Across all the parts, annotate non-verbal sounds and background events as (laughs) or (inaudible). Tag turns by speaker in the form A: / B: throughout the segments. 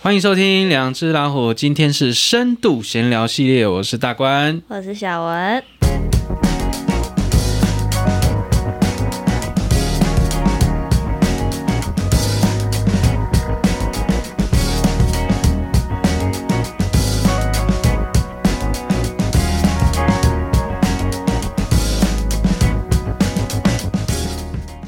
A: 欢迎收听《两只老虎》，今天是深度闲聊系列，我是大关。
B: 我是小文。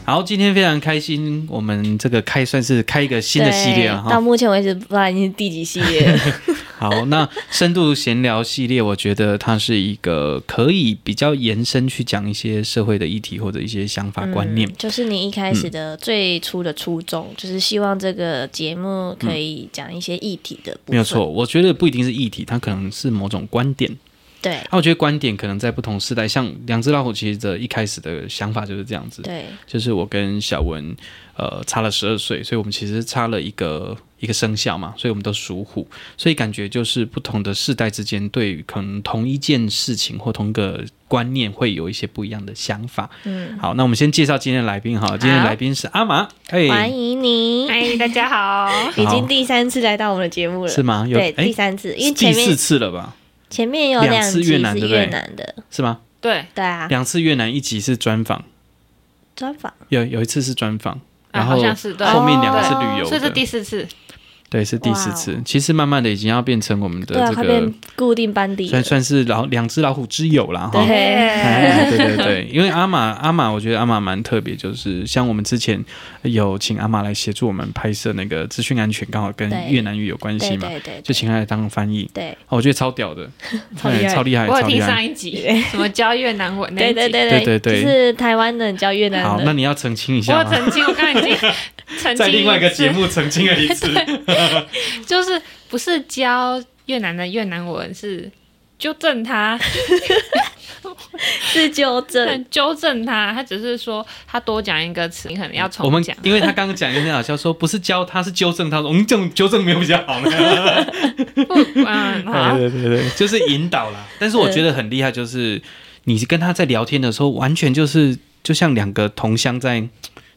A: 好，今天非常开心，我们这个开算是开一个新的系列了
B: 对到
A: 哈。
B: 目前为止不知道已经是第几系列了。
A: (laughs) 好，那深度闲聊系列，我觉得它是一个可以比较延伸去讲一些社会的议题或者一些想法观念。
B: 嗯就是你一开始的最初的初衷，就是希望这个节目可以讲一些议题的部分。
A: 没有错，，我觉得不一定是议题，它可能是某种观点。
B: 对
A: 那、我觉得观点可能在不同时代，像两只老虎其实的一开始的想法就是这样子，
B: 对
A: 就是我跟小文呃差了十二岁，所以我们其实差了一个一个生肖嘛，所以我们都属虎，所以感觉就是不同的世代之间对于可能同一件事情或同一个观念会有一些不一样的想法。
B: 嗯，
A: 好，那我们先介绍今天的来宾哈，今天的来宾是阿玛，
B: 欢
A: 哎，
B: 迎 (laughs) 你，
C: 嗨，大家好。
A: (laughs)
B: 已经第三次来到我们的节目了
A: 是。吗？有
B: 对，第
A: 哎，
B: 三次，
A: 是
B: 因为
A: 第
B: 前
A: 四
B: 面
A: 次了吧？
B: 前面有
A: 两次
B: 集
A: 越南
B: 是
A: 对不对
B: 越南的，
A: 是吗？
C: 对，
B: 对啊，
A: 两次越南一集是专访，
B: 专访
A: 有有一次是专访，然
C: 啊，
A: 后
C: 好像是对，
A: 后
B: 哦
A: 面两
C: 对
A: 个是旅游
C: 所以
A: 的，
C: 是第四次。
A: 对，是第四
B: 哇哦
A: 次。其实慢慢的已经要变成我们的
B: 对啊，
A: 这
B: 快
A: 个
B: 变，固定班底了
A: 算。算是老两只老虎之友啦哈。哦
B: 对
A: 哎对对对，因为阿玛阿玛，我觉得阿玛蛮特别，就是像我们之前有请阿玛来协助我们拍摄那个资讯安全，刚好跟
B: 对
A: 越南语有关系
B: 对
A: 嘛，
B: 对对
A: 就
B: 对
A: 请她来当翻译，
B: 对
A: 哦我觉得超屌的，
B: 超厉
A: 哎
B: 害
A: 超厉害，
C: 我
A: 超
C: 有
A: 厉
C: 听
A: 害。
C: 上一集，什么教越南文那一
B: 对
C: 集。
A: 对
B: 对对
A: 对对
B: 就是台湾人教越南
A: 好，
B: 的
A: 那。你要澄清一
C: 我
A: 下
C: 有
A: 吗？
C: 澄清，我刚才已经澄清
A: 在另外一个节
C: 目，
A: 目澄清了一次，
C: 就是不是教越南的越南文，是纠正他， (laughs)
B: 是纠正，
C: 纠正他。他只是说他多讲一个词，你可能要
A: 我
C: 重
A: 们
C: 讲。
A: 因为他刚刚讲一个很好笑，说不是教他是纠正他，说我们嗯这种纠正没有比较好呢。 (laughs)
C: 嗯，
B: 啊
C: 好，
A: 对对对对，就是引导
B: (laughs)
A: 啦。但是我觉得很厉害，就是你跟他在聊天的时候，完全就是就像两个同乡在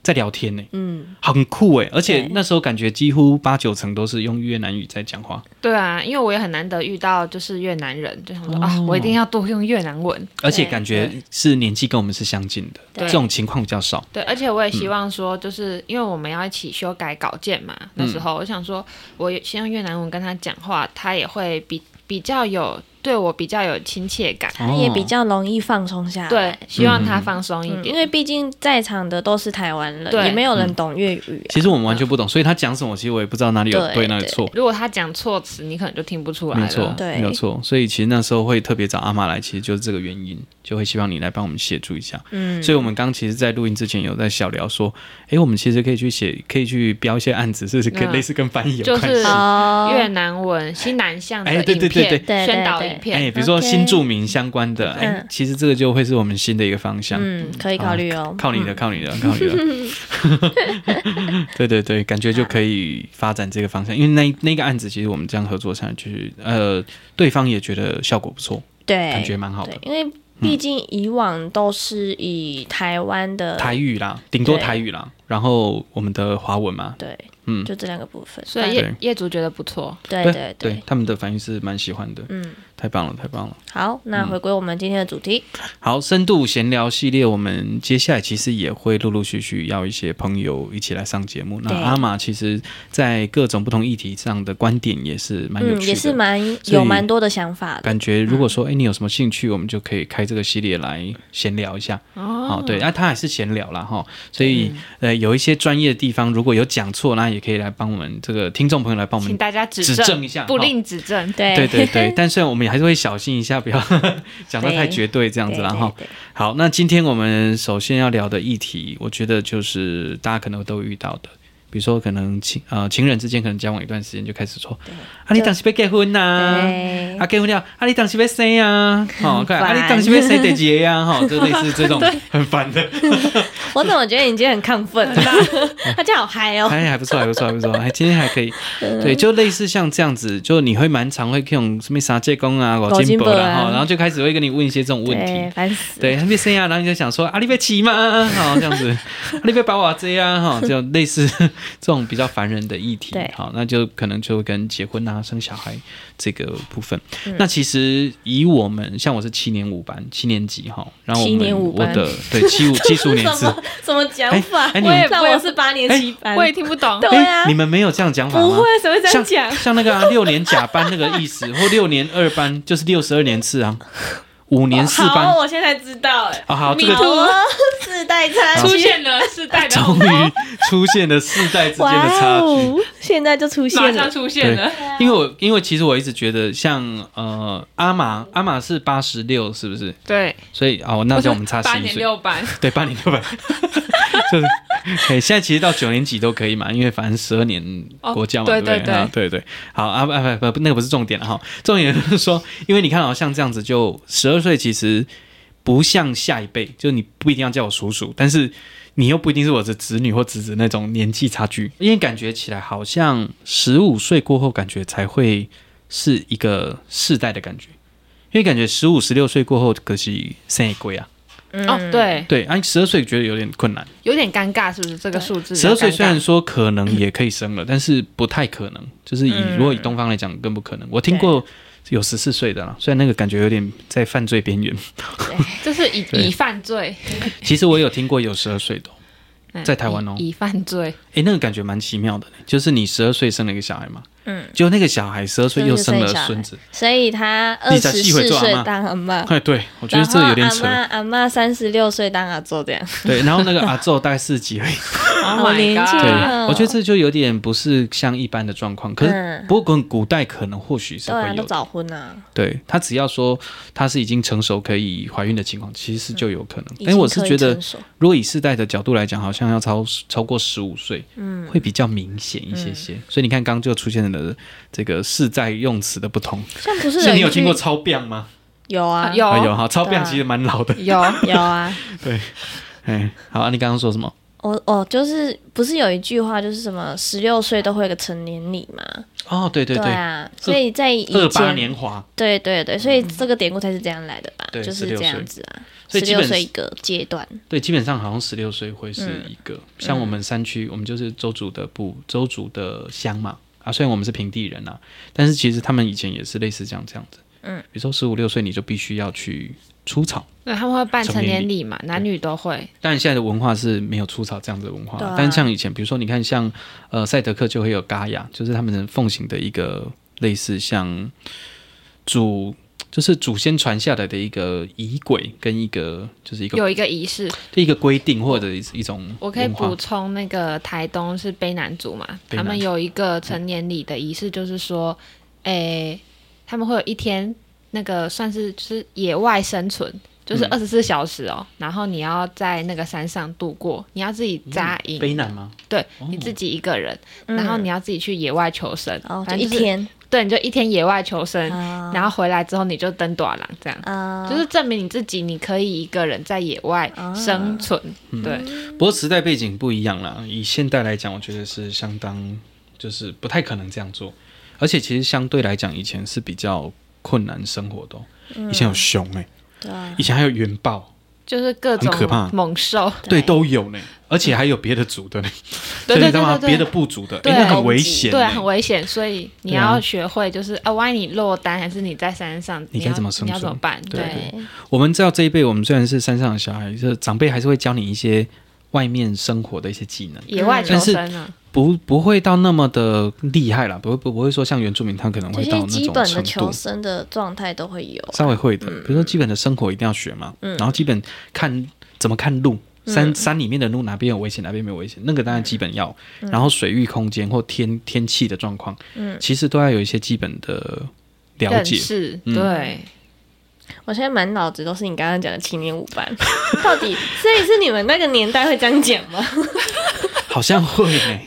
A: 在聊天呢、
B: 嗯，
A: 很酷哎、而且
B: 对
A: 那时候感觉几乎八九成都是用越南语在讲话，
C: 对啊，因为我也很难得遇到就是越南人，就想说啊
A: 哦，
C: 我一定要多用越南文。
A: 而且感觉是年纪跟我们是相近的，
C: 对
A: 这种情况比较少。
C: 对，而且我也
A: 嗯
C: 希望说，就是、因为我们要一起修改稿件嘛，那时候我想说，我也先用越南文跟他讲话，他也会比比较有对我比较有亲切感，
A: 哦
B: 他也比较容易放松下来。
C: 对，希望他
A: 嗯
C: 放松一
B: 嗯，因
C: 点。
B: 为毕竟在场的都是台湾人，
C: 对
B: 也没有人懂粤语、啊。
A: 其实我们完全不懂，所以他讲什么，其实我也不知道哪里有
B: 对
A: 对哪里
B: 对
A: 错。
C: 如果他讲错词，你可能就听不出来了。
A: 没错，
B: 对
A: 没有错。所以其实那时候会特别找阿妈来，其实就是这个原因，就会希望你来帮我们协助一下。
B: 嗯，
A: 所以，我们刚其实，在录音之前有在小聊说，诶，我们其实可以去写，可以去标一些案子，是不是跟
C: 嗯
A: 类似跟翻译有
C: 就
A: 关
C: 是
A: 系？
B: 哦，
C: 越南文西南向的
A: 哎
C: 影
A: 对对
C: 片、
A: 对对
B: 对
C: 宣导
B: 对对
C: 影
A: 哎，
C: 片，
A: 比如说
B: OK
A: 新著名相关的，哎、
B: 嗯
A: 其实这个就会是我们新的一个方向。
B: 嗯，可以考虑哦。
A: 靠你的，靠你的，靠
B: (laughs)
A: 你的。对对对，感觉就可以发展这个方向，因为那那个案子，其实我们这样合作下来，就是呃，对方也觉得效果不错，
B: 对，
A: 感觉蛮好
B: 对
A: 的，。嗯
B: 因为毕竟以往都是以台湾的
A: 台语啦，顶多
B: 对
A: 台语啦，然后我们的华文嘛，
B: 对，
A: 嗯，
B: 就这两个部分。
C: 所以
A: 对
C: 业业主觉得不错。
B: 对
A: 对
B: 对
A: 对，，他们的反应是蛮喜欢的，
B: 嗯，
A: 太棒了，太棒了。
B: 好，那回归我们今天的主题，
A: 好，深度闲聊系列，我们接下来其实也会陆陆续续要一些朋友一起来上节目。那
B: 对
A: 阿玛其实，在各种不同议题上的观点也是蛮有趣
B: 嗯，
A: 的，
B: 也是蛮
A: 所以
B: 有蛮多的想法的。
A: 感觉如果说哎、诶你有什么兴趣，我们就可以开这个系列来闲聊一下。
C: 哦，
A: 好、对，那、他还是闲聊啦哈，所以、呃有一些专业的地方如果有讲错，那也可以来帮我们这个听众朋友来帮我
C: 请
A: 们
C: 大家指
A: 指
C: 正，
A: 正一下，
C: 不
A: 哈
C: 吝指正。
B: 对
A: 对对
B: (laughs)
A: 对，但虽然我们也还是会小心一下，不要 (laughs) 讲到太绝对这样子啦哈。
B: 对对
A: 好，那今天我们首先要聊的议题，我觉得就是大家可能都遇到的，比如说可能情呃情人之间可能交往一段时间就开始说，啊你当时被结婚呐、
B: 对
A: 啊，结婚了，啊，你当时要生
B: (laughs)
A: 啊，哦，看，
B: 烦
A: 啊，你当时要生第几个啊，哈、就类似
B: (laughs)
A: 这种很烦的，
B: 我怎么觉得你今天很亢奋啊？
A: (laughs)
B: 他今天好嗨哦！嗯
A: 哎，还不错，还不错，还不错，还今天还可
B: (laughs)
A: 以，对，就类似像这样子，就你会蛮常会用什么啥借工啊、
B: 五
A: 老
B: 金
A: 金箔
B: 箔
A: 啦，
B: 啊
A: 哈、然后就开始会跟你问一些这种问
B: 对
A: 题。
B: 烦死了。
A: 对，还没啊哦
B: (laughs)
A: 生啊，然后你就想说啊，你别骑嘛，好、这样子，啊、你别把我这样哈、这就类似 (laughs) 这种比较烦人的议题
B: 对，
A: 好，那就可能就跟结婚啊、生小孩这个部分。
B: 嗯
A: 那其实以我们像我是七年五班七年级哈，然后我
B: 七年
A: 们
B: 五
A: 我
B: 班
A: 的对七
B: (laughs)
A: 五七十五年
B: 什
A: 制，
B: 么什么讲法？
A: 哎哎你
B: 我
A: 们
B: 也但我是八年七班，
C: 我也听不懂。
B: 对啊
A: 哎，你们没有这样讲法吗？
B: 不会谁会这样讲
A: 像像那个啊、六年甲班那个意思，或六年二班就是六十二年次啊，五年四班
B: 好，我现在知道哎。
A: 啊，好，这个
B: 好哦，世代差距
C: 出现了世代的
A: 终
C: 鸿
A: 于出现了世代之间的差
B: 哦
A: 距。，
B: 现在就出
C: 马
B: 现
C: 上
B: 了。
C: 出现了，
A: 因为我因为其实我一直觉得像呃阿玛阿玛是八十六是不是？
C: 对，
A: 所以哦，那
C: 不是
A: 叫我们差
C: 八
A: 十一
C: 点
A: 岁，
C: 六班，
A: 对，八年六百，就是。哎，现在其实到九年级都可以嘛，因为反正十二年
C: 哦
A: 国教嘛，
C: 对
A: 不对
C: 对对
A: 啊对对。好啊啊不不，那个不是重点了哈，重点就是说，因为你看好、像这样子就十二岁，其实不像下一辈，就你不一定要叫我叔叔，但是你又不一定是我的子女或侄子那种年纪差距，因为感觉起来好像十五岁过后，感觉才会是一个世代的感觉，因为感觉十五、十六岁过后，可惜生也贵啊，
B: 嗯
C: 哦，对，
A: 对，啊，十二岁觉得有点困难，
C: 有点尴尬，是不是这个数字？
A: 十二岁虽然说可能也可以生了，但是不太可能，就是以
B: 嗯
A: 如果以东方来讲更不可能，我听过。有十四岁的啦，虽然那个感觉有点在犯罪边缘。
C: 这是以
A: 对
C: 以犯罪，嗯
A: 其实我有听过有十二岁的哦、在台湾哦
C: 以以犯罪，
A: 诶，那个感觉蛮奇妙的，就是你十二岁生了一个小孩嘛，
B: 嗯，
A: 就那个小孩十二岁又生了孙子，
B: 所以他二
A: 你才
B: 十
A: 细会
B: 四
A: 做阿嬷
B: 岁当阿妈，
A: 哎，对，我觉
B: 然
A: 得这
B: 后
A: 个有点
B: 阿
A: 扯
B: 妈，阿妈三十六岁当阿祖这样，
A: 对，然后那个阿宙大概四级
B: (laughs)
A: 而已，
C: 好
B: 年轻
A: 对
B: 啊，
A: 我觉得这就有点不是像一般的状况，可是
B: 嗯
A: 不过跟古代可能或许是
B: 对
A: 会
B: 啊，
A: 有
B: 都
A: 的，
B: 早婚啊，
A: 对他只要说他是已经成熟可以怀孕的情况，其实就有可能，
B: 嗯已
A: 但哎我
B: 经
A: 是
B: 可以
A: 觉得
B: 成熟
A: 如果以世代的角度来讲，好像要超超过十五岁，嗯，会比较明显一些些。所以你看，刚刚就出现了这个世代用词的不同。
B: 像不是
A: 所以你
B: 一
A: 有
B: 句
A: 听过超变吗？
B: 有啊
C: 有
A: 啊，有哈，超
B: 对
A: 变
B: 啊
A: 其实蛮老的。
C: 有，
B: 有啊，
A: 对，哎，好啊，你刚刚说什么？
B: 我哦就是不是有一句话就是什么十六岁都会有个成年礼嘛，
A: 哦，对对对，
B: 啊，所以在以
A: 二八
B: 前
A: 年华，
B: 对对对，所以这个典故才是这样来的吧？
A: 对
B: 就是
A: 16
B: 这样
A: 岁
B: 子啊，
A: 所
B: 十
A: 以基
B: 六
A: 本
B: 岁一个阶段，
A: 对，基本上好像十六岁会
C: 嗯
A: 是一个。像我们山区，我们就是周族的部，周族的乡嘛。啊，虽然我们是平地人啊，但是其实他们以前也是类似这样这样子。
B: 嗯，
A: 比如说十五六岁你就必须要去出草。
C: 对，他们会办
A: 成
C: 成
A: 年
C: 年礼嘛，男女都会，
A: 但现在的文化是没有出草这样子的文化，
B: 对啊
A: 但像以前，比如说你看像呃赛德克就会有嘎雅，就是他们奉行的一个类似像祖，就是祖先传下来的一个仪轨跟一个就是一个
C: 有一个仪式。
A: 一个规定或者一一种
C: 我可以
A: 文化
C: 补充，那个台东是卑南族嘛，
A: 卑南族
C: 他们有一个成年礼的仪式，就是说，诶、他们会有一天那个算是就是野外生存，
A: 嗯
C: 就是二十四小时哦、然后你要在那个山上度过，你要自己扎营，
A: 嗯卑南吗？
C: 对，你自己一个人，然后你要自己去野外求生，
B: 然嗯哦后就
C: 反
B: 一
C: 正就是，
B: 天
C: 对，你就一天野外求生，
B: 啊
C: 然后回来之后你就登短廊这样。
B: 啊，
C: 就是证明你自己，你可以一个人在野外生存，
A: 嗯
C: 对，
A: 不过时代背景不一样啦，以现代来讲，我觉得是相当就是不太可能这样做，而且其实相对来讲，以前是比较困难生活的哦、
C: 嗯
A: 以前有熊哎、
B: 对啊，
A: 以前还有原豹。
C: 就是各种
A: 很可怕
C: 猛兽， (laughs)
A: 对，都有呢，而且还有别的组的呢，所
C: 对
A: 以
C: 对
A: 你知道
C: 对
A: 吗？
C: 对对，
A: 别的部组的，
C: 对
A: 哎，那很危险呢，
C: 对，啊很危险，所以你
A: 对啊
C: 要学会，就是啊，万一你落单，还是你在山上，
A: 你
C: 你
A: 该
C: 要
A: 怎么生存
C: 你要怎么办？
A: 对
C: 对，
A: 我们知道这一辈，我们虽然是山上的小孩，就是长辈还是会教你一些外面生活的一些技能，
C: 野外求生啊，
A: 不不会到那么的厉害啦，不会不不会说像原住民他可能
B: 这
A: 会到
B: 些
A: 那
B: 基
A: 种
B: 本的
A: 程
B: 求
A: 度。
B: 生的状态都会有啊，
A: 稍微会的，比如说基本的生活一定要学嘛，
B: 嗯
A: 然后基本看怎么看路，山山里面的路哪边有危险，哪边没有危险，那个当然基本要。
B: 嗯
A: 然后水域空间或天天气的状况，其实都要有一些基本的了
C: 认
A: 解。
C: 识，
A: 嗯
C: 对，
B: 我现在满脑子都是你刚刚讲的青年舞
A: (laughs)
B: 班，到底所以是你们那个年代会这样讲吗？
A: 好像会呢、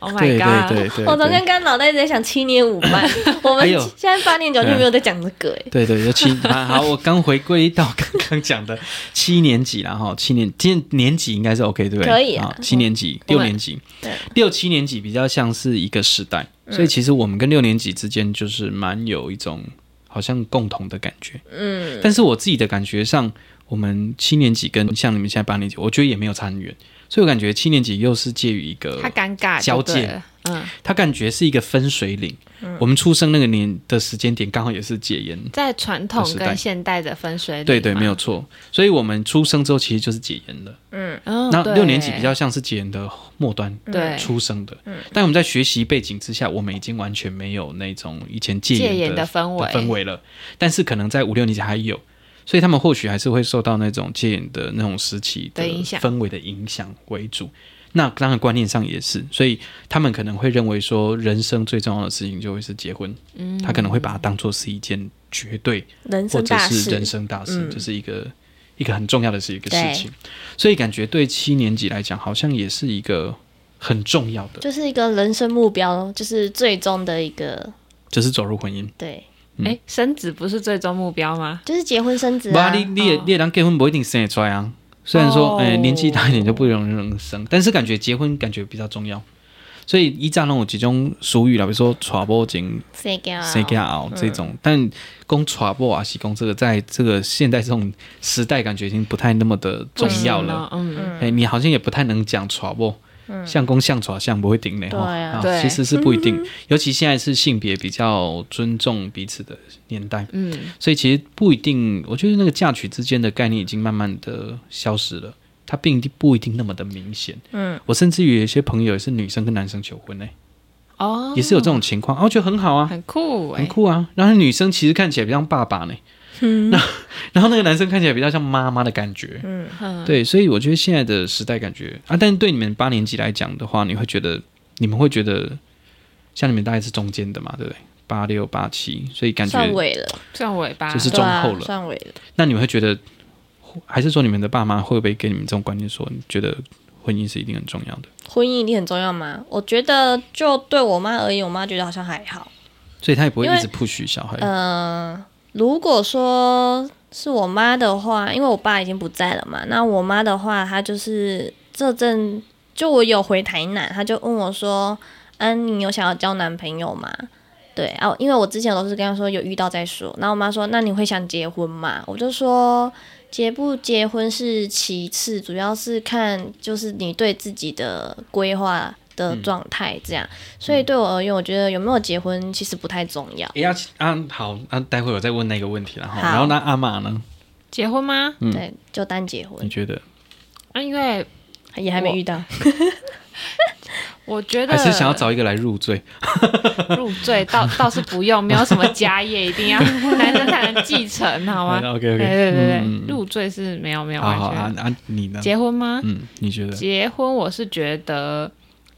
C: Oh
A: 对对
C: my god！
A: 对对，
B: 我昨
A: 对
B: 天刚脑袋一直在想青年
A: (laughs)
B: 舞班，我们
A: 还有啊
B: 现在八年九年没有在讲这个哎，
A: (laughs) 对对，就七啊，好，我刚回归到刚刚讲的七年级啦，哈，七年今年年级应该是 OK 对不对？
B: 可以啊
A: 好七年级、
C: 我
A: 六
C: 们
A: 年级
B: 对、
A: 六七年级比较像是一个时代，所以其实我们跟六年级之间就是蛮有一种好像共同的感觉。嗯，但是我自己的感觉上，我们七年级跟像你们现在八年级，我觉得也没有差很远。所以我感觉七年级又是介于一个
C: 他尴尬
A: 交界
C: 就对了，嗯，
A: 他感觉是一个分水岭。我们出生那个年的时间点，刚好也是戒烟。
C: 在传统
A: 时代
C: 跟现代的分水岭嘛，
A: 对对，没有错。所以我们出生之后其实就是戒烟的。
C: 嗯，
A: 那
C: 对
A: 六年级比较像是戒烟的末端
C: 对嗯
A: 出生的，但我们在学习背景之下，我们已经完全没有那种以前戒
C: 戒
A: 烟
C: 严
A: 的
C: 的氛围，
A: 氛围了。但是可能在五六年级还有，所以他们或许还是会受到那种戒瘾的那种时期的
C: 的影响
A: 氛围的影响为主。那当然观念上也是，所以他们可能会认为说，人生最重要的事情就会是结婚，嗯，他可能会把它当做是一件绝对
B: 人
A: 或
B: 生
A: 者
B: 大
A: 是
B: 事，
A: 人生大事，
B: 嗯
A: 就是一个一个很重要的是一个事
B: 对
A: 情。所以感觉对七年级来讲，好像也是一个很重要的，
B: 就是一个人生目标，就是最终的一个
A: 就是走入婚姻。
B: 对，
C: 哎，升职不是最终目标吗？
B: 就是结婚生子
A: 不
B: 啊
A: 啊，。你你也
C: 哦
A: 你也当结婚不一定生得出来啊。虽然说，
C: 哦
A: 哎、年纪大一点就不容易能生，但是感觉结婚感觉比较重要。所以依照那种几种俗语啦，比如说“娶某前
B: 谁给啊？
A: 生囝后”这种，但公娶某啊，是公这个在这个现代这种时代，感觉已经不太那么的重要了。
C: 不行哦，嗯，
A: 哎、你好像也不太能讲娶某，相公相娶相不会顶嘞
B: 对
A: 哈。
B: 啊
C: 对
A: 其实是不一定，尤其现在是性别比较尊重彼此的年代。
C: 嗯，
A: 所以其实不一定，我觉得那个嫁娶之间的概念已经慢慢的消失了，它并不一定那么的明显。
B: 嗯，
A: 我甚至于有一些朋友也是女生跟男生求婚呢、
C: 哦，
A: 也是有这种情况，啊，我觉得很好啊，
C: 很酷
A: 很
C: 哎，
A: 酷啊。然后女生其实看起来比较像爸爸呢、 (laughs) 那然后那个男生看起来比较像妈妈的感觉。
C: 嗯，
A: 对，所以我觉得现在的时代感觉啊，但对你们八年级来讲的话，你会觉得你们会觉得像你们大概是中间的嘛，对不对？八六八七，所以感觉
B: 算尾了，
C: 算尾巴，
A: 就是
B: 对啊
A: 中后了
B: 算尾了。
A: 那你们会觉得，还是说你们的爸妈会不会给你们这种观念说，你觉得婚姻是一定很重要的？
B: 婚姻一定很重要吗？我觉得就对我妈而言，我妈觉得好像还好。
A: 所以他也不会
B: 因为
A: 一直 push 小孩。
C: 呃
B: 嗯，如果说是我妈的话，因为我爸已经不在了嘛，那我妈的话，她就是这阵就我有回台南，她就问我说：“嗯、你有想要交男朋友吗？”对啊，因为我之前都是跟她说有遇到再说，然后我妈说：“那你会想结婚吗？”啊我就说。结不结婚是其次，主要是看就是你对自己的规划的状态这样。所
A: 嗯
B: 以对我而言，我觉得有没有结婚其实不太重要。
A: 也要啊，好啊，待会我再问那个问题了哈。
B: 好
A: 然后那阿玛呢？
C: 结婚吗？
A: 嗯
B: 对，就单结婚
A: 你觉得
C: 啊，因为
B: 也还没遇到，
C: 我觉得
A: 还是想要找一个来入赘？
C: 入赘倒 (laughs) 倒是不用，没有什么家业，一定要 (laughs) 男生才能继承，
A: (laughs)
C: 好吗？
A: OK
C: 对
A: OK，
C: 对对对，
A: 嗯
C: 入赘是没有没有
A: 好
C: 完
A: 哎好
C: 全
A: 啊。啊，你呢？
C: 结婚吗？
A: 嗯，你觉得？
C: 结婚我是觉得，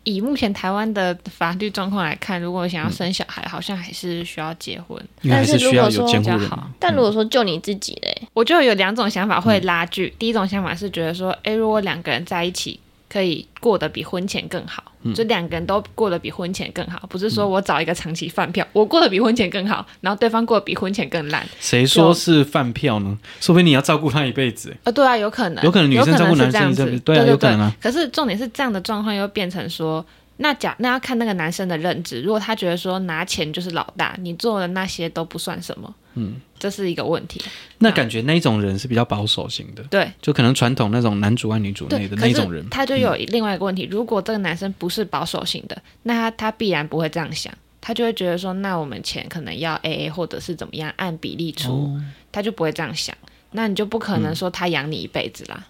C: 以目前台湾的法律状况来看，如果
A: 嗯
C: 想要生小孩，好像还是需要结婚。
A: 因为还是需要有监护
C: 但是如果说比
A: 人嗯
C: 较
A: 嘛
C: 好。
B: 但如果说就你自己嘞，
C: 我就有两种想法
A: 嗯
C: 会拉锯。第一种想法是觉得说，诶，如果两个人在一起，可以过得比婚前更好，
A: 嗯
C: 就两个人都过得比婚前更好，不是说我找一个长期饭票，我过得比婚前更好，然后对方过得比婚前更烂。
A: 谁说是饭票呢？说不定你要照顾他一辈子。
C: 呃，对啊，有可能，
A: 有可能女生照顾男生
C: 是这样子
A: 这，对
C: 对
A: 啊
C: 对
A: 有可能啊
C: 可是重点是这样的状况又变成说，那假那要看那个男生的认知，如果他觉得说拿钱就是老大，你做的那些都不算什么，嗯，这是一个问题。
A: 那感觉那一种人是比较保守型的，
C: 对，
A: 就可能传统那种男主外女主内
C: 对，
A: 的
C: 可
A: 那
C: 是
A: 种人。嗯
C: 他就有另外一个问题，如果这个男生不是保守型的，那他他必然不会这样想，他就会觉得说，那我们钱可能要 A A 或者是怎哦么样按比例
A: 哦
C: 出，他就不会这样想。那你就不可能说他养你一辈子啦，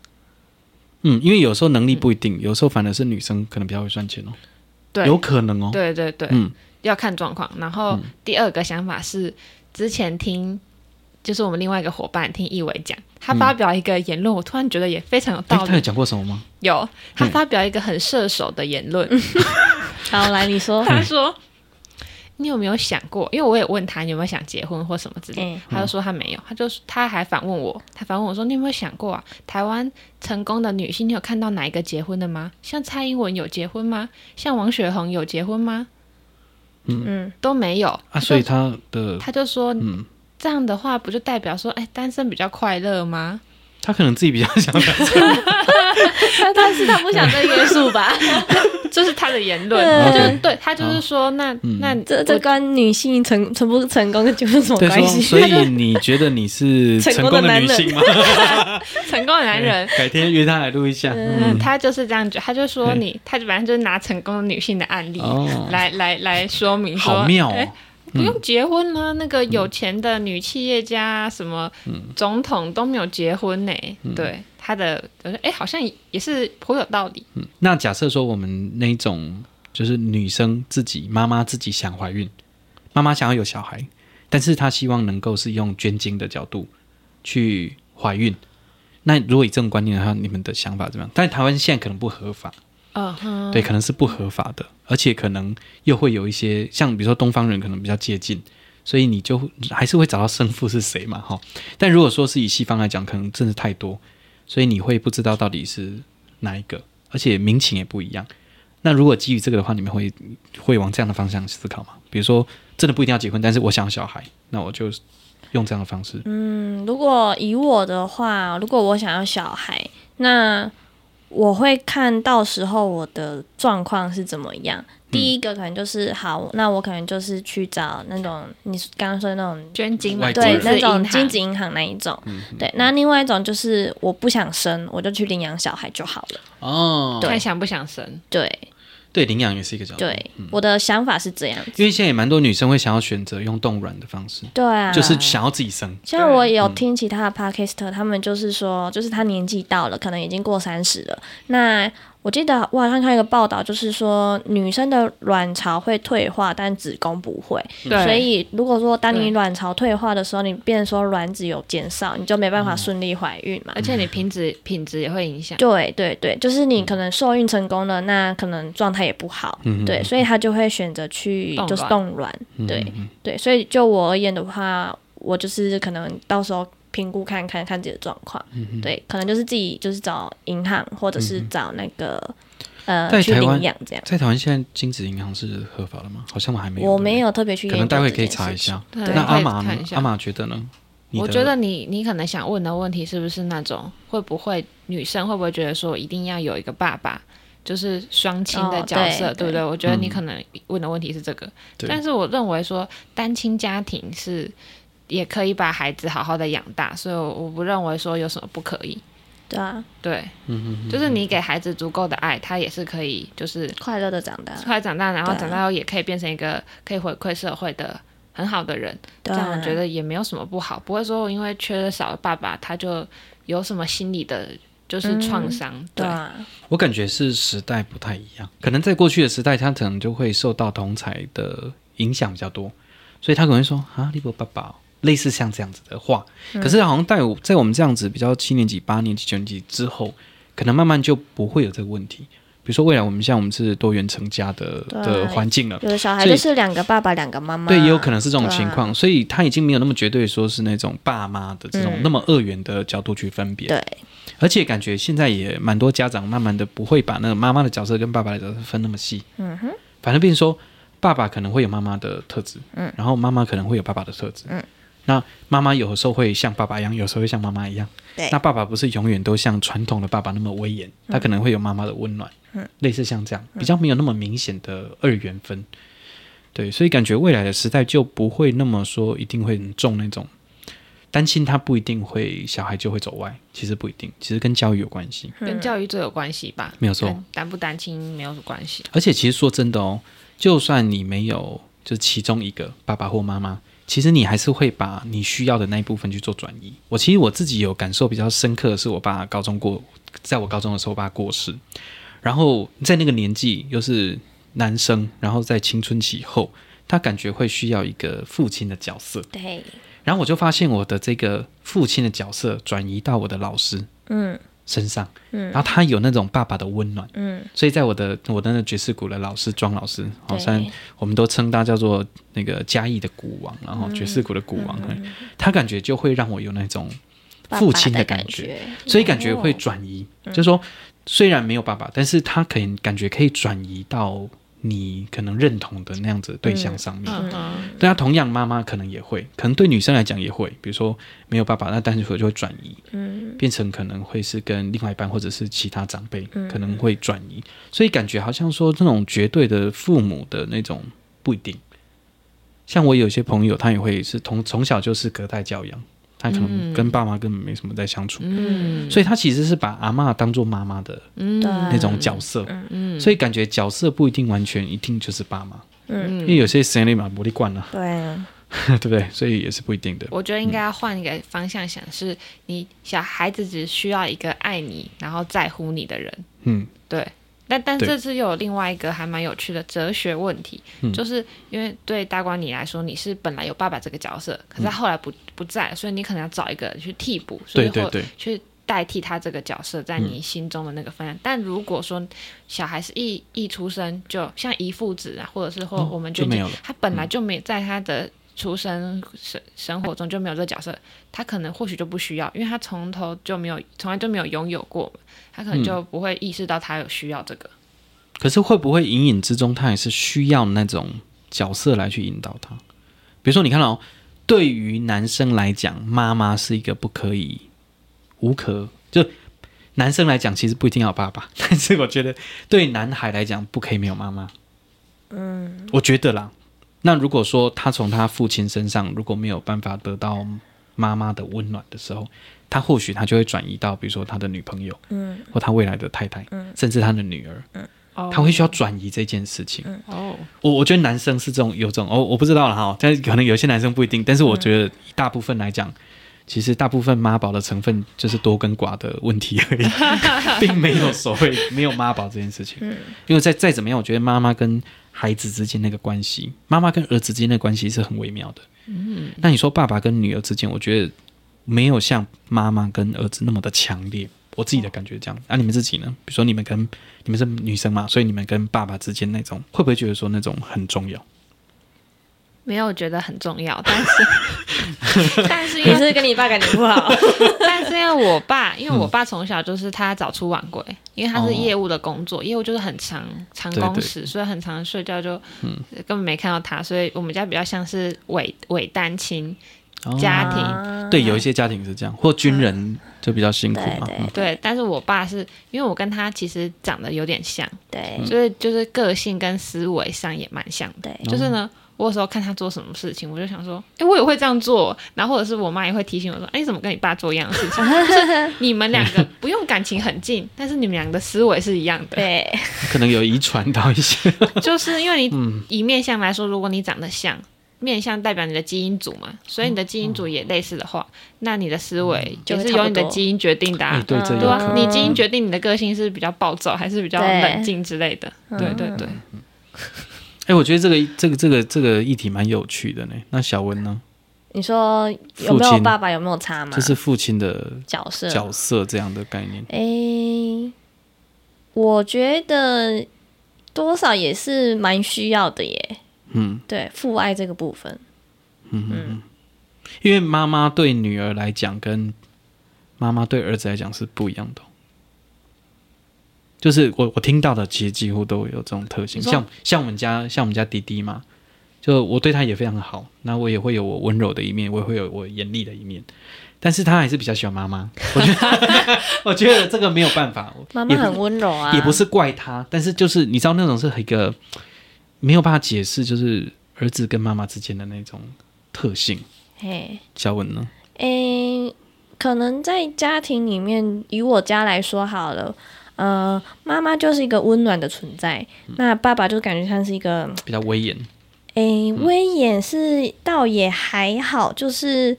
A: 嗯，因为有时候能力不一定，有时候反而是女生可能比较会赚钱哦，
C: 嗯对，
A: 有可能哦。
C: 对对对，
A: 嗯
C: 要看状况。然后第二个想法是，之前听就是我们另外一个伙伴听易伟讲，
A: 嗯
C: 他发表一个言论，我突然觉得也非常有
A: 哎、
C: 道
A: 他
C: 理。
A: 有讲过什么吗？
C: 有他发表一个很射手的言论，
B: 好来你说，
C: 他说。你有没有想过？因为我也问他你有没有想结婚或什么之类的
B: 嗯，
C: 他就说他没有，他就他还反问我，他反问我说你有没有想过啊？台湾成功的女性，你有看到哪一个结婚的吗？像蔡英文有结婚吗？像王雪红有结婚吗？
B: 嗯，
C: 都没有
A: 啊，
C: 他
A: 所
C: 就
A: 以他的嗯
C: 他就说，这样的话不就代表说，哎，单身比较快乐吗？
A: 他可能自己比较
C: (laughs)
A: 想反正
C: 但是他不想被约束
B: (laughs)
C: 吧？这是他的言论，
B: 对
C: 他就是对他就是说，那
A: 嗯
C: 那
B: 这这
C: 我
B: 跟女性成成不成功就是什么
A: 对
B: 关
A: 说，
B: 系？
A: 所以你觉得你是
B: 成
A: 成
B: 功的
A: 功的
B: 男
A: 女
B: 人
A: 性吗？
C: 成功的男人，
A: (laughs) 改天约他来录一下。
C: 嗯，
A: 嗯，
C: 他就是这样觉得，他就说
A: 对
C: 你，他就反正就是拿成功的女性的案例
A: 哦
C: 来来来说明说，
A: 好妙
C: 哎
A: 哦。嗯
C: 不用结婚啦、那个有钱的女企业家啊、什么总统都没有结婚呢、
A: 嗯
C: 对他的，我说哎，好像也是颇有道理。
A: 嗯那假设说我们那一种就是女生自己妈妈自己想怀孕，妈妈想要有小孩，但是她希望能够是用捐精的角度去怀孕。那如果以这种观念的话，你们的想法怎么样？但台湾现在可能不合法，
C: 嗯哼，
A: 对，可能是不合法的，而且可能又会有一些像比如说东方人可能比较接近，所以你就还是会找到生父是谁嘛，哈。但如果说是以西方来讲，可能真的太多，所以你会不知道到底是哪一个，而且民情也不一样。那如果基于这个的话，你们会会往这样的方向思考吗？比如说，真的不一定要结婚，但是我想要小孩，那我就用这样的方式。
B: 嗯，如果以我的话，如果我想要小孩，那我会看到时候我的状况是怎么样。第一个可能就是好，那我可能就是去找那种你刚刚说的那种
C: 捐精嘛，
A: 外国
B: 对
A: 人嗯
B: 那种
C: 金
B: 精子银行那一种，对。那另外一种就是我不想生，我就去领养小孩就好了。
A: 哦
C: 看想不想生，
B: 对
A: 对，领养也是一个角度。，
B: 对，我的想法是这样子。
A: 嗯因为现在也蛮多女生会想要选择用冻卵的方式，
B: 对啊，
A: 就是啊嗯想要自己生。
B: 像我有听其他的 podcaster，他们就是说，就是他年纪到了，可能已经过三十了。那我记得我好像看到一个报道，就是说女生的卵巢会退化，但子宫不会。
C: 对，
B: 所以如果说当你
C: 对
B: 卵巢退化的时候，你变成说卵子有减少，你就没
A: 嗯
B: 办法顺利怀孕嘛。
C: 而且你品质品质也会影响。
B: 对对对，就是你可能受孕成功了，那可能状态也不好，
A: 嗯
B: 对，所以他就会选择去
C: 冻
B: 就是
C: 卵
B: 冻卵，对对，所以就我而言的话，我就是可能到时候评估看看看自己的状况，
A: 嗯
B: 对，可能就是自己就是找银行或者是找那个、
A: 在
B: 呃去
A: 台湾
B: 领养这样，
A: 在台湾现在精子银行是合法的吗？好像还没有。对
B: 我
A: 不对
B: 没，有特别去，
A: 可能待会可以查一。下。
C: 对
A: 那阿玛
C: 可以
A: 呢
C: 看一？下
A: 阿玛觉得呢？你的
C: 我觉得你你可能想问的问题是不是那种会不会女生会不会觉得说一定要有一个爸爸，就是双亲的
B: 哦
C: 角色，
B: 对
C: 对
B: 对
C: 不对？我觉得你
A: 嗯
C: 可能问的问题是这个，
A: 对
C: 但是我认为说单亲家庭是也可以把孩子好好的养大，所以我我不认为说有什么不可以。
B: 对啊，
C: 对，
A: 嗯
C: 就是你给孩子足够的爱，他也是可以，就是
B: 快乐的长大，
C: 快长大，然后
B: 对啊
C: 长大后也可以变成一个可以回馈社会的很好的人。
B: 对
C: 这样
B: 啊，
C: 我觉得也没有什么不好，不会说因为缺少了爸爸，他就有什么心理的，就是创伤。
B: 对
C: 对，
B: 啊，
A: 我感觉是时代不太一样，可能在过去的时代，他可能就会受到同才的影响比较多，所以他可能会说啊，你不爸爸哦、类似像这样子的话。
C: 嗯
A: 可是好像在我在我们这样子比较七年级、八年级、九年级之后，可能慢慢就不会有这个问题。比如说未来我们像我们是多元成家的
B: 对
A: 的环境了，
B: 有的小孩
A: 所以
B: 就是两个爸爸，两个妈妈，
A: 对，也有可能是这种
B: 对啊
A: 情况，所以他已经没有那么绝对说是那种爸妈的这种、
B: 嗯
A: 那么二元的角度去分别。
B: 对，
A: 而且感觉现在也蛮多家长慢慢的不会把那个妈妈的角色跟爸爸的角色分那么细，
B: 嗯哼，
A: 反正变成说爸爸可能会有妈妈的特质，嗯，然后妈妈可能会有爸爸的特质，
B: 嗯。
A: 那妈妈有时候会像爸爸一样，有时候会像妈妈一样。
B: 对嗯
A: 那爸爸不是永远都像传统的爸爸那么威严，他可能会有妈妈的温暖，嗯，类似像这样，比较没有那么明显的二元分。对，所以感觉未来的时代就不会那么说一定会很重那种担心，他不一定会小孩就会走歪，其实不一定，其实跟教育有关系，
C: 跟教育最有关系吧？
A: 没有错。
C: 跟单不单亲没有关系。
A: 而且其实说真的哦，就算你没有就其中一个爸爸或妈妈，其实你还是会把你需要的那一部分去做转移。我其实我自己有感受比较深刻的是，我爸高中过，在我高中的时候，我爸过世，然后在那个年纪又是男生，然后在青春期后，他感觉会需要一个父亲的角色。
B: 对，
A: 然后我就发现我的这个父亲的角色转移到我的老师
B: 嗯
A: 身上，
B: 嗯
A: 然后他有那种爸爸的温暖。
B: 嗯，
A: 所以在我的我的那爵士鼓的老师庄老师，好
B: 对
A: 像我们都称他叫做那个嘉义的鼓王，然
B: 嗯
A: 后爵士鼓的鼓王，他感觉就会让我有那种
B: 爸
A: 父
B: 爸
A: 亲
B: 的
A: 的感觉，
B: 觉，哦
A: 所以感觉会转移，就是说虽然没有爸爸，但是他可以感觉可以转移到你可能认同的那样子的对象上面。
C: 嗯嗯
A: 对啊，同样妈妈可能也会，可能对女生来讲也会，比如说没有爸爸，那但是我就会转移，
B: 嗯，
A: 变成可能会是跟另外一半或者是其他长辈
C: 嗯
A: 可能会转移，所以感觉好像说那种绝对的父母的那种不一定。像我有些朋友，他也会是从从小就是隔代教养，他可能
C: 嗯
A: 跟爸妈根本没什么在相处，
C: 嗯，
A: 所以他其实是把阿嬷当做妈妈的
B: 对啊
A: 那种角色，
C: 嗯，
A: 所以感觉角色不一定完全一定就是爸妈，
B: 嗯
A: 因为有些 s e n i 嘛，魔力惯了， (laughs)
B: 对啊，
A: 对不对？所以也是不一定的。
C: 我觉得应该要换一个方向想，是你小孩子只需要一个爱你然后在乎你的人，
A: 嗯，
C: 对。但但
A: 对
C: 这次又有另外一个还蛮有趣的哲学问题，
A: 嗯
C: 就是因为对大官你来说，你是本来有爸爸这个角色，可是他后来不、不在，所以你可能要找一个人去替补，所以
A: 嗯对对
C: 后
A: 对
C: 去代替他这个角色在你心中的那个分量。但如果说小孩是一一出生就像一父子啊，或者是或
A: 哦
C: 我们
A: 就
C: 就
A: 没有了
C: 他本来就没在他的出生生生活中就没有这个角色，他可能或许就不需要，因为他从头就没有从来就没有拥有过嘛，他可
A: 嗯
C: 能就不会意识到他有需要这个。
A: 可是会不会隐隐之中，他也是需要那种角色来去引导他？比如说，你看哦，对于男生来讲，妈妈是一个不可以无可就男生来讲，其实不一定要有爸爸，但是我觉得对男孩来讲，不可以没有妈妈。嗯，我觉得啦。那如果说他从他父亲身上如果没有办法得到妈妈的温暖的时候，他或许他就会转移到比如说他的女朋友，嗯，或他未来的太太，嗯，甚至他的女儿，
C: 哦
A: 他会需要转移这件事情。
C: 哦，
A: 我我觉得男生是这种有这种哦，我不知道了哈，但是可能有些男生不一定，但是我觉得以大部分来讲，其实大部分妈宝的成分就是多跟寡的问题而已，并没有所谓没有妈宝这件事情。因为再再怎么样，我觉得妈妈跟孩子之间那个关系，妈妈跟儿子之间的关系是很微妙的。嗯，那你说爸爸跟女儿之间，我觉得没有像妈妈跟儿子那么的强烈。我自己的感觉这样，啊那、你们自己呢？比如说你们跟你们是女生嘛，所以你们跟爸爸之间那种，会不会觉得说那种很重要？
C: 没有觉得很重要，但是
A: (laughs)
C: 但是因
B: 你
C: (laughs) 为
B: 是跟你爸感情不好，
C: 但是因为我爸，因为
A: 嗯
C: 我爸从小就是他早出晚归，因为他是业务的工
A: 嗯
C: 作，业务就是很长长工时，所以很长睡觉就、
A: 嗯
C: 根本没看到他，所以我们家比较像是伪伪单亲家
B: (laughs)
C: 庭。
B: 啊
A: 对，有一些家庭是这样，或军人就比较辛苦嘛。
B: 对对
A: 嗯
C: 对，但是我爸是因为我跟他其实长得有点像，
B: 对
C: 所以就是个性跟思维上也蛮
A: 啊
C: 像的。
B: 对，
A: 嗯
C: 就是呢，我有时候看他做什么事情，我就想说，哎、我也会这样做。然后或者是我妈也会提醒我说，哎、你怎么跟你爸做一样的事情？ (laughs) 就是你们两个不用感情很近，但是你们两个的思维是一样的。
B: 对，
A: 可能有遗传到一些。
C: 就是因为你以面相来说，如果你长得像，面相代表你的基因组嘛，所以你的基因组也类似的话，那你的思维
B: 嗯就
C: 也
B: 会
C: 是
B: 差不
C: 由你的
B: 多
C: 基因决定的、啊。
A: 哎，对，这有
C: 对
A: 可
C: 啊，
A: 能。
C: 你基因决定你的个性是比较暴躁还是比较冷静之类的。对对对，
A: 嗯哎，我觉得这个这个这个这个议题蛮有趣的呢。那小文呢，
B: 你说有没
A: 父
B: 有
A: 亲
B: 爸爸有没有差嘛？
A: 就是父亲的
B: 角色
A: 角色这样的概念。
B: 诶、我觉得多少也是蛮需要的耶。
A: 嗯，
B: 对，父爱这个部分，
A: 因为妈妈对女儿来讲，跟妈妈对儿子来讲是不一样的哦。就是我我听到的，其实几乎都有这种特性。
C: 你说
A: 像像我们家像我们家弟弟嘛，就我对他也非常好，那我也会有我温柔的一面，我也会有我严厉的一面，但是他还是比较喜欢妈妈。我觉得 (laughs) 我觉得这个没有办法，
B: 妈
A: 也
B: 妈
A: 不
B: 很温柔啊，
A: 也不是怪他，但是就是你知道那种是一个没有办法解释，就是儿子跟妈妈之间的那种特性。
B: 嘿，
A: 小文呢？
B: 诶、可能在家庭里面，以我家来说好了，呃，妈妈就是一个温暖的存在，
A: 嗯
B: 那爸爸就感觉像是一个，
A: 比较威严。
B: 诶、
A: 嗯
B: 威严是倒也还好，就是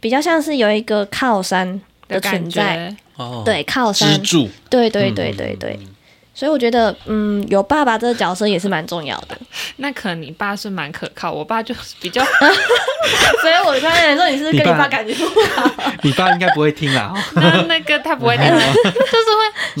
B: 比较像是有一个靠山的
C: 感
B: 存在，
C: 觉
A: 哦，
B: 对，靠
A: 支嗯
B: 山，
A: 柱，
B: 对对对对对，所以我觉得，嗯，有爸爸这个角色也是蛮重要的。
C: 那可能你爸是蛮可靠，我爸就是比
B: (laughs)
C: 较
B: 所以我刚才说你是不是
A: 你
B: 跟你
A: 爸
B: 爸感觉不好，
A: 你爸应该不会听 (laughs) 啦。
C: 那那个他不会听的，
B: 哎
C: 就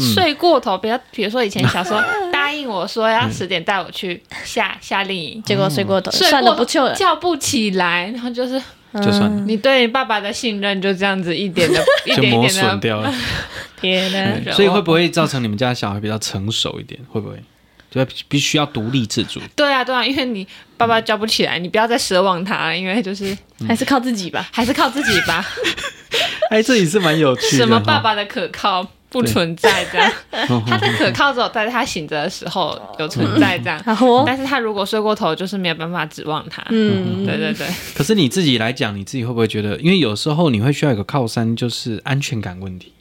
C: 是会睡过头。比较比如说以前
B: (laughs)
C: 小时候答应我说
A: 嗯
C: 要十点带我去夏夏令营，
B: 结果睡过头，
C: 睡
B: 算
C: 过
B: 了不救了，
C: 叫不起来，然后就是
A: 哦就算了，
C: 你对你爸爸的信任就这样子一点的，一
A: (laughs) 就
C: 点一
A: 磨
C: 点
A: 损
C: 的
A: 掉了。
B: 天
C: 嗯
A: 啊 (laughs) 对所以会不会造成你们家小孩比较成熟一点？会不会？就必须要独立自主。
C: 对啊，对啊，因为你爸爸教不起来，你不要再奢望他，因为就是
B: 还是靠自己吧。
C: 还是靠自己吧。
A: (laughs) 哎，这也是蛮有 (laughs) 趣的。
C: 什么爸
A: 哈？
C: 爸的可靠不存在
A: (laughs)
C: 这样，
A: 哦
C: 他的可靠只有在他醒着的时候有
A: 嗯
C: 存在这样。
B: 好哦，
C: 但是他如果睡过头，就是没有办法指望他。
B: 嗯，
C: 对对对，
A: 可是你自己来讲，你自己会不会觉得，因为有时候你会需要一个靠山，就是安全感问题。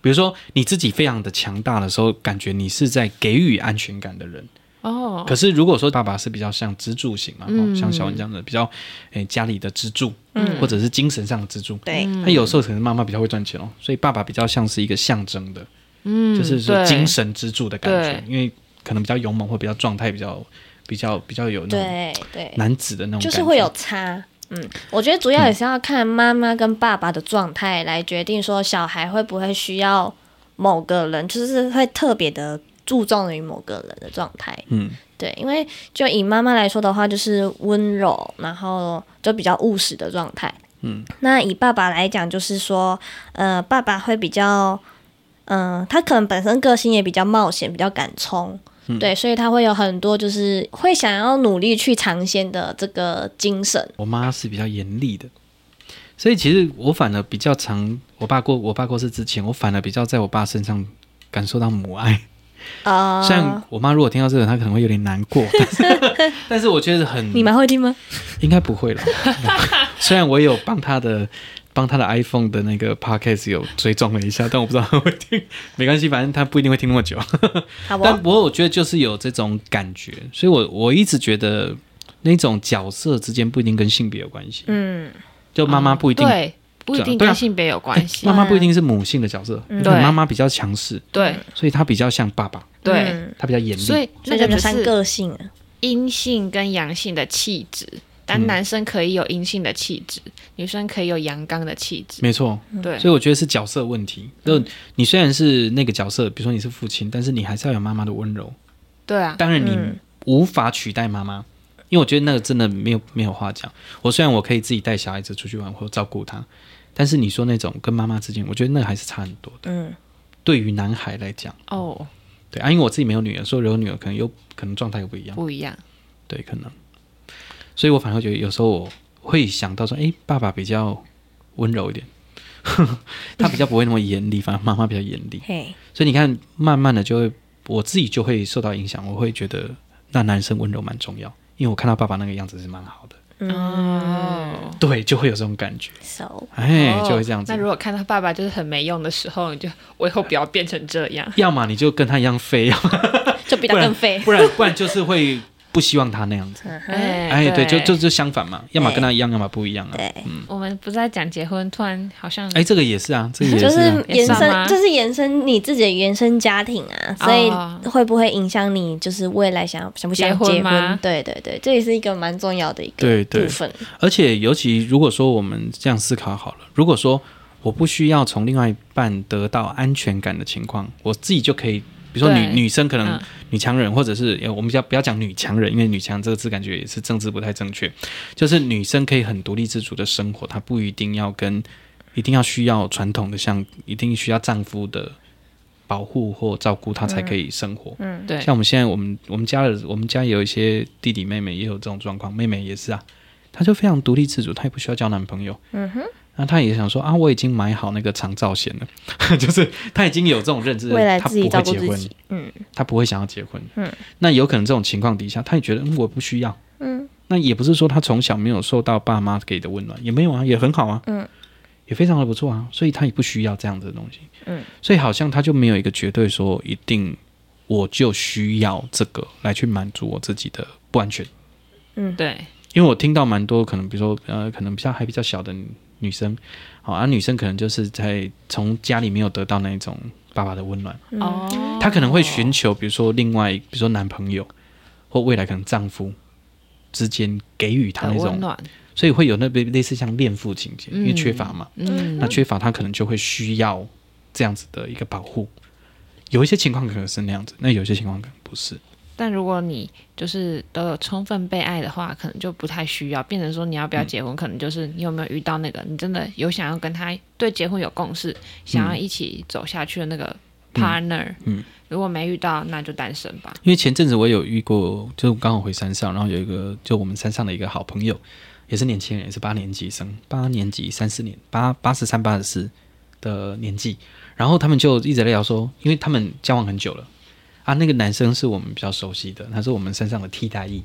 A: 比如说你自己非常的强大的时候，感觉你是在给予安全感的人。
C: 哦，
A: 可是如果说爸爸是比较像支柱型嘛，
C: 嗯
A: 哦像小文这样的比较，诶、家里的支柱，
B: 嗯
A: 或者是精神上的支柱。
B: 对，
A: 那有时候可能妈妈比较会赚钱哦，所以爸爸比较像是一个象征的，
C: 嗯
A: 就是说
C: 对
A: 精神支柱的感觉，因为可能比较勇猛或比较状态比较比较比较有那种
B: 对对，
A: 男子的那种感觉，
B: 就是会有差。嗯，我觉得主要也是要看妈妈跟爸爸的状态来决定说小孩会不会需要某个人，就是会特别的注重于某个人的状态。
A: 嗯
B: 对，因为就以妈妈来说的话，就是温柔，然后就比较务实的状态。
A: 嗯，
B: 那以爸爸来讲，就是说，呃，爸爸会比较，嗯、他可能本身个性也比较冒险，比较敢冲，
A: 嗯
B: 对，所以他会有很多就是会想要努力去尝鲜的这个精神。
A: 我妈是比较严厉的，所以其实我反而比较常，我爸过我爸过世之前，我反而比较在我爸身上感受到母爱。
B: 啊、
A: 虽然我妈如果听到这个，她可能会有点难
B: (laughs)
A: 过，但是但是我觉得很
B: 你妈会听吗？
A: 应该不
B: (laughs)
A: 会了。虽然我有帮她的帮她的 iPhone 的那个 Podcast 有追踪了一下，但我不知道她会听，没关系，反正她不一定会听那么久。
B: 好哦不好
A: 但？不过我觉得就是有这种感觉，所以我我一直觉得那种角色之间不一定跟性别有关系，
B: 嗯，哦
A: 就妈妈不一定
C: 对，不一定
A: 对啊
C: 跟性别有关系
A: 妈。妈不一定是母性的角色，因为
C: 对
A: 妈妈比较强势，
C: 对
A: 所以她比较像爸爸，
C: 对，
B: 嗯
A: 她比较严
C: 所
A: 厉。
C: 以
B: 所
C: 那
B: 以就
C: 个
B: 是
C: 只
B: 三
C: 是
B: 个性啊，
C: 阴性跟阳性的气质，
A: 嗯
C: 但男生可以有阴性的气质，女生可以有阳刚的气质。
A: 没错，
C: 对嗯
A: 所以我觉得是角色问题。就你虽然是那个角色，比如说你是父亲，但是你还是要有妈妈的温柔。
C: 对啊，
A: 当然，你
B: 嗯
A: 无法取代妈妈，因为我觉得那个真的没有没有话讲。我虽然我可以自己带小孩子出去玩或照顾他，但是你说那种跟妈妈之间，我觉得那个还是差很多的。
B: 嗯，
A: 对于男孩来讲，
C: 哦，
A: 对啊，因为我自己没有女儿，所以我有女儿可能又可能状态又不一样。
C: 不一样。
A: 对，可能。所以我反而觉得有时候我会想到说，诶，爸爸比较温柔一点， (laughs) 他比较不会那么严厉，反而妈妈比较严厉。
B: 嘿，
A: 所以你看，慢慢的就会我自己就会受到影响，我会觉得那男生温柔蛮重要，因为我看到爸爸那个样子是蛮好的，
B: 嗯
A: 啊
C: 哦，
A: 对，就会有这种感觉，
B: 熟、
A: 哎，
C: 哦
A: 就会这样子
C: 那。如果看到爸爸就是很没用的时候，你就我以后不要变成这样。
A: 要么你就跟他一样废，
C: (laughs)
A: 要么
B: 就比他
A: 不然
B: 更废。
A: 不然不然就是会不希望他那样子。
B: 嗯哼
C: 哎
A: 哎，对，就就就相反嘛，要么
B: 对
A: 跟他一样，要么不一样啊。
B: 对，
C: 我们不是在讲结婚，突然好像
A: 哎，这个也是啊，这个也
B: 就是
A: 啊
B: 是延
C: 也是啊
B: 伸，就是延伸你自己的原生家庭啊，所
C: 哦
B: 以会不会影响你就是未来想想不想
C: 结
B: 结
C: 婚吗
B: 对对对，这也是一个蛮重要的一
A: 对
B: 个
A: 对
B: 部分。
A: 而且，尤其如果说我们这样思考好了，如果说我不需要从另外一半得到安全感的情况，我自己就可以，比如说女
C: 对
A: 女生可能
C: 嗯
A: 女强人，或者是呃我们不要不要呃讲女强人，因为女强这个字感觉也是政治不太正确，就是女生可以很独立自主的生活，她不一定要跟一定要需要传统的像一定需要丈夫的保护或照顾，她才可以生活。
B: 嗯，
C: 对
A: 像我们现在我们我们家的我们家有一些弟弟妹妹也有这种状况，妹妹也是啊，她就非常独立自主，她也不需要交男朋友。
B: 嗯哼，
A: 那她也想说啊，我已经买好那个长照险了， (laughs) 就是她已经有这种认知了，
B: 未来
A: 她
B: 自己
A: 不
B: 照
A: 会
B: 顾
A: 结
B: 自
A: 婚，
B: 己，嗯
A: 她不会想要结婚。
B: 嗯，
A: 那有可能这种情况底下，她也觉得、嗯、我不需要。
B: 嗯，
A: 那也不是说她从小没有受到爸妈给的温暖，也没有啊，也很好啊。
B: 嗯。
A: 也非常的不错啊，所以她也不需要这样的东西，
B: 嗯，
A: 所以好像她就没有一个绝对说一定我就需要这个来去满足我自己的不安全。
B: 嗯，
C: 对
A: 因为我听到蛮多可能，比如说呃，可能比较还比较小的女生，好、啊，女生可能就是在从家里没有得到那一种爸爸的温暖，
B: 嗯
C: 哦，
A: 她可能会寻求，比如说另外，比如说男朋友或未来可能丈夫之间给予她
C: 的
A: 那
C: 哦温
A: 种，
C: 暖，
A: 所以会有那类类似像恋父情节，因为缺乏嘛，
C: 嗯，
A: 那缺乏他可能就会需要这样子的一个保护。有一些情况可能是那样子，那有一些情况可能不是。
C: 但如果你就是都有充分被爱的话，可能就不太需要。变成说你要不要
A: 嗯
C: 结婚，可能就是你有没有遇到那个你真的有想要跟他对结婚有共识，想要一起走下去的那个 partner，
A: 嗯嗯
C: 如果没遇到，那就单身吧。
A: 因为前阵子我有遇过，就是我刚好回山上，然后有一个就我们山上的一个好朋友，也是年轻人，也是八年级生，八年级三四年，八八十三、八十四的年纪，然后他们就一直在聊说，因为他们交往很久了啊，那个男生是我们比较熟悉的，他是我们山上的替代役，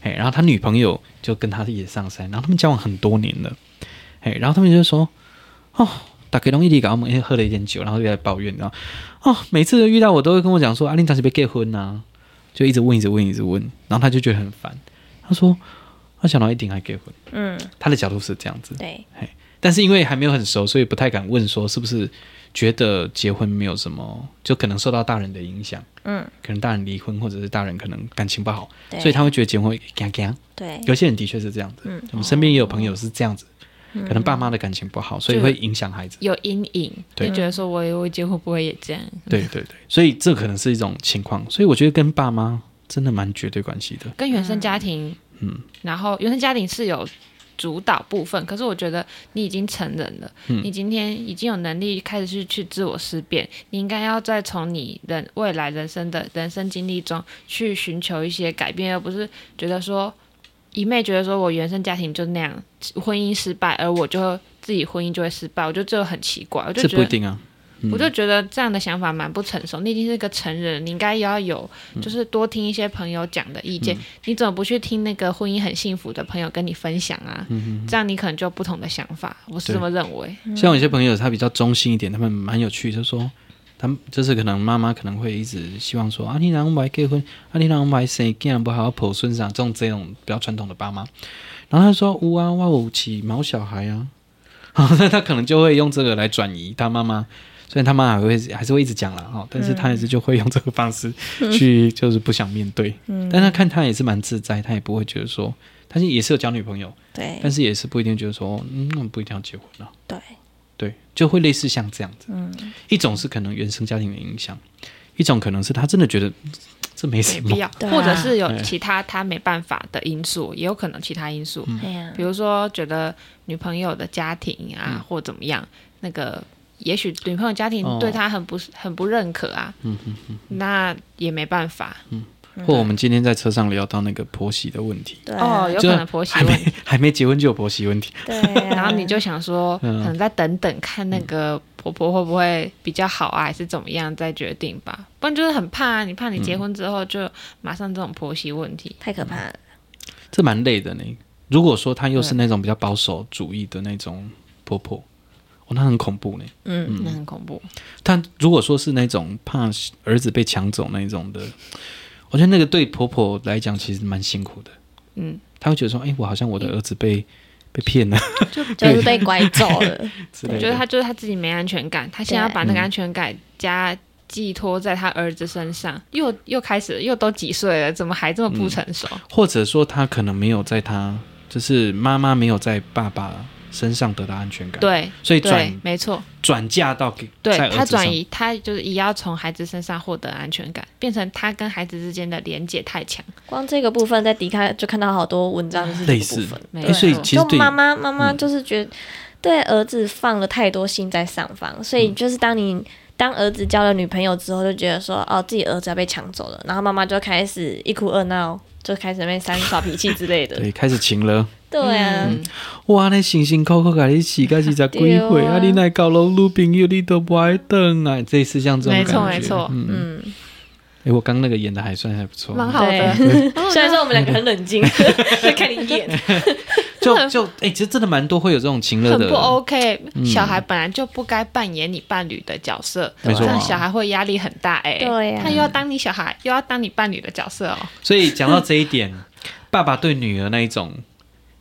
A: 哎，然后他女朋友就跟他一起上山，然后他们交往很多年了，哎，然后他们就说，哦。打给龙一弟，搞我们喝了一点酒，然后就在抱怨，然后哦，每次遇到我都会跟我讲说，阿、啊、玲当时被结婚呐、就一直问，一直问，一直问，然后他就觉得很烦。他说，他想到一定还结婚，
B: 嗯，
A: 他的角度是这样子，
B: 对，
A: 但是因为还没有很熟，所以不太敢问说是不是觉得结婚没有什么，就可能受到大人的影响，
B: 嗯，
A: 可能大人离婚或者是大人可能感情不好，
B: 对，
A: 所以他会觉得结婚会干干。
C: 嗯
B: 对，
A: 有些人的确是这样子，
B: 嗯
A: 我们身边也有朋友是这样子，
C: 嗯
A: 可能爸妈的感情不好，所以会影响孩子。
C: 有阴影，就
A: 对
C: 觉得说我我结婚会不会也这样？
A: 对对对，所以这可能是一种情况，所以我觉得跟爸妈真的蛮绝对关系的。
C: 跟原生家庭，
A: 嗯，
C: 然后原生家庭是有主导部分，可是我觉得你已经成人了，
A: 嗯
C: 你今天已经有能力开始去去自我思辨，你应该要再从你人未来人生的人生经历中去寻求一些改变，而不是觉得说一昧觉得说我原生家庭就那样，婚姻失败，而我就自己婚姻就会失败，我觉得这很奇怪，我就
A: 这
C: 觉
A: 不一
C: 得
A: 定啊，嗯
C: 我就觉得这样的想法蛮不成熟。你已经是个成人，你应该也要有，
B: 嗯
C: 就是多听一些朋友讲的意见。你怎么不去听那个婚姻很幸福的朋友跟你分享啊？
B: 嗯
C: 这样你可能就有不同的想法。我是这么认为。
A: 像有些朋友他比较中性一点，他们蛮有趣，就说他们就是可能妈妈可能会一直希望说啊，你让我们来结婚，啊，你让我们来生囝，不好好抱孙子啊，这种这种比较传统的爸妈。然后他说有啊，我有起毛小孩啊， (laughs) 好，那他可能就会用这个来转移他妈妈。虽然他妈还会还是会一直讲了哈，但是他还是就会用这个方式去，就是不想面对。但他看他也是蛮自在，他也不会觉得说，他也是有交女朋友，
B: 对，
A: 但是也是不一定觉得说，嗯，那不一定要结婚啊。
B: 对，
A: 对，就会类似像这样子。
C: 嗯
A: 一种是可能原生家庭的影响，一种可能是他真的觉得嗯这没什
C: 没必
A: 么。
C: 要，
B: 对啊
C: 或者是有
A: 对
C: 其他他没办法的因素，也有可能其他因素，
B: 哎呀
C: 比，如说觉得女朋友的家庭啊，
B: 嗯
C: 或怎么样，那个也许女朋友家庭
B: 哦
C: 对他很不、很不认可啊，
B: 嗯
C: 那也没办法。
A: 嗯
C: 嗯
A: 或我们今天在车上聊到那个婆媳的问题，
B: 对啊
C: 哦，有
A: 就
C: 可能婆媳
A: 还
C: 问
A: 没
C: 题。
A: (laughs) 还没结婚就有婆媳问题，
B: 对啊，
C: (laughs) 然后你就想说，
A: 嗯
C: 可能再等等看那个婆婆会不会比较好啊，还是怎么样再决定吧。不然就是很怕啊，你怕你
A: 嗯
C: 结婚之后就马上这种婆媳问题。
B: 太可怕了，
A: 这蛮累的呢。如果说她又是那种比较保守主义的那种婆婆，哦，那很恐怖呢。
B: 嗯，
C: 那很恐怖，
A: 但如果说是那种怕儿子被抢走那种的，我觉得那个对婆婆来讲其实蛮辛苦的。
C: 嗯，
A: 她会觉得说，哎、我好像我的儿子被被骗了
C: 就
A: 嗯
B: 就是被拐走了，
A: 之类
C: 我
A: 的。
C: 觉得他就是他自己没安全感，他现在
B: 对
C: 把那个
A: 嗯
C: 安全感加寄托在他儿子身上，又又开始又都几岁了，怎么还这么
A: 嗯
C: 不成熟？
A: 或者说他可能没有在他就是妈妈没有在爸爸身上得到安全感，，
C: 对
A: 所以
C: 对
A: 转，
C: 没错，
A: 转嫁到给
C: 对
A: 在儿子
C: 他转
A: 上
C: 移，他就是也要从孩子身上获得安全感，变成他跟孩子之间的连接太强。
B: 光这个部分在迪卡就看到好多文章就是这
A: 类
B: 个部
A: 似
B: 分，，
C: 没
A: 哎、
C: 错
A: 所以其实
B: 就
A: 对嗯
B: 妈妈妈妈就是觉得对儿子放了太多心在上方，所
A: 嗯
B: 以就是当你。当儿子交了女朋友之后，就觉得说哦，自己儿子要被抢走了，然后妈妈就开始一哭二闹，就开始在那边三耍脾气之
C: (laughs)
B: 类的。
A: 对开始晴了，
B: 对啊，
C: 嗯
A: 哇，你辛辛苦苦给你洗个洗才几岁
B: 对啊
A: 啊，你来搞老女朋友，你都不爱等啊，这一次像这种
C: 没
A: 感觉，
C: 错没错
A: 嗯，嗯
B: 嗯，
A: 哎、我刚那个演的还算还不错，
C: 蛮好的。 (laughs)
B: 虽然说我们两个很冷静，在看你演，
A: 就就哎、其实真的蛮多会有这种情乐
C: 很
A: 的
C: 不哦 OK，、小
A: 嗯
C: 孩本来就不该扮演你伴侣的角色，
A: 没错
C: 这样小孩会压力很大哎、
B: 对呀
C: 他又要当你小孩，又要当你伴侣的角色哦。
A: 所以讲到这一点， (laughs) 爸爸对女儿那一种，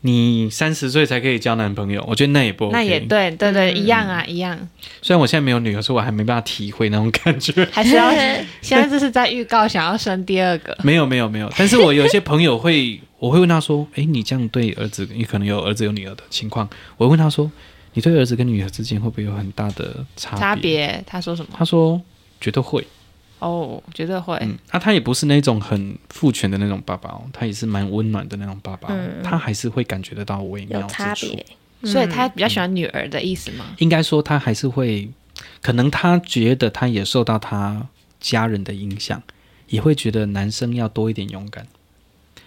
A: 你三十岁才可以交男朋友，我觉得那也不 OK。
C: 那也对对对，
B: 嗯
C: 一样啊，一样。
A: 虽然我现在没有女儿，所以我还没办法体会那种感觉。 (laughs)
C: 还
B: (laughs)
C: 是要现在这是在预告想要生第二个，
A: 没有，没有，没有。但是我有一些朋友会，我会问他说：“诶，你这样对儿子，你可能有儿子有女儿的情况。”我会问他说：“你对儿子跟女儿之间会不会有很大的差别？”
C: 差别他说什么？
A: 他说：“绝对会。
C: 哦，绝对
B: 哎
C: 会。
A: 嗯，那、他也不是那种很父权的那种爸爸哦，他也是蛮温暖的那种爸爸、哦，他还是会感觉得到微
B: 嗯有
A: 妙之
B: 差
A: 处。
B: 别。
A: 嗯
C: 所以他比较喜欢女儿的意思吗？
A: 应该说他还是会，可能他觉得他也受到他家人的影响，也会觉得男生要多一点勇敢，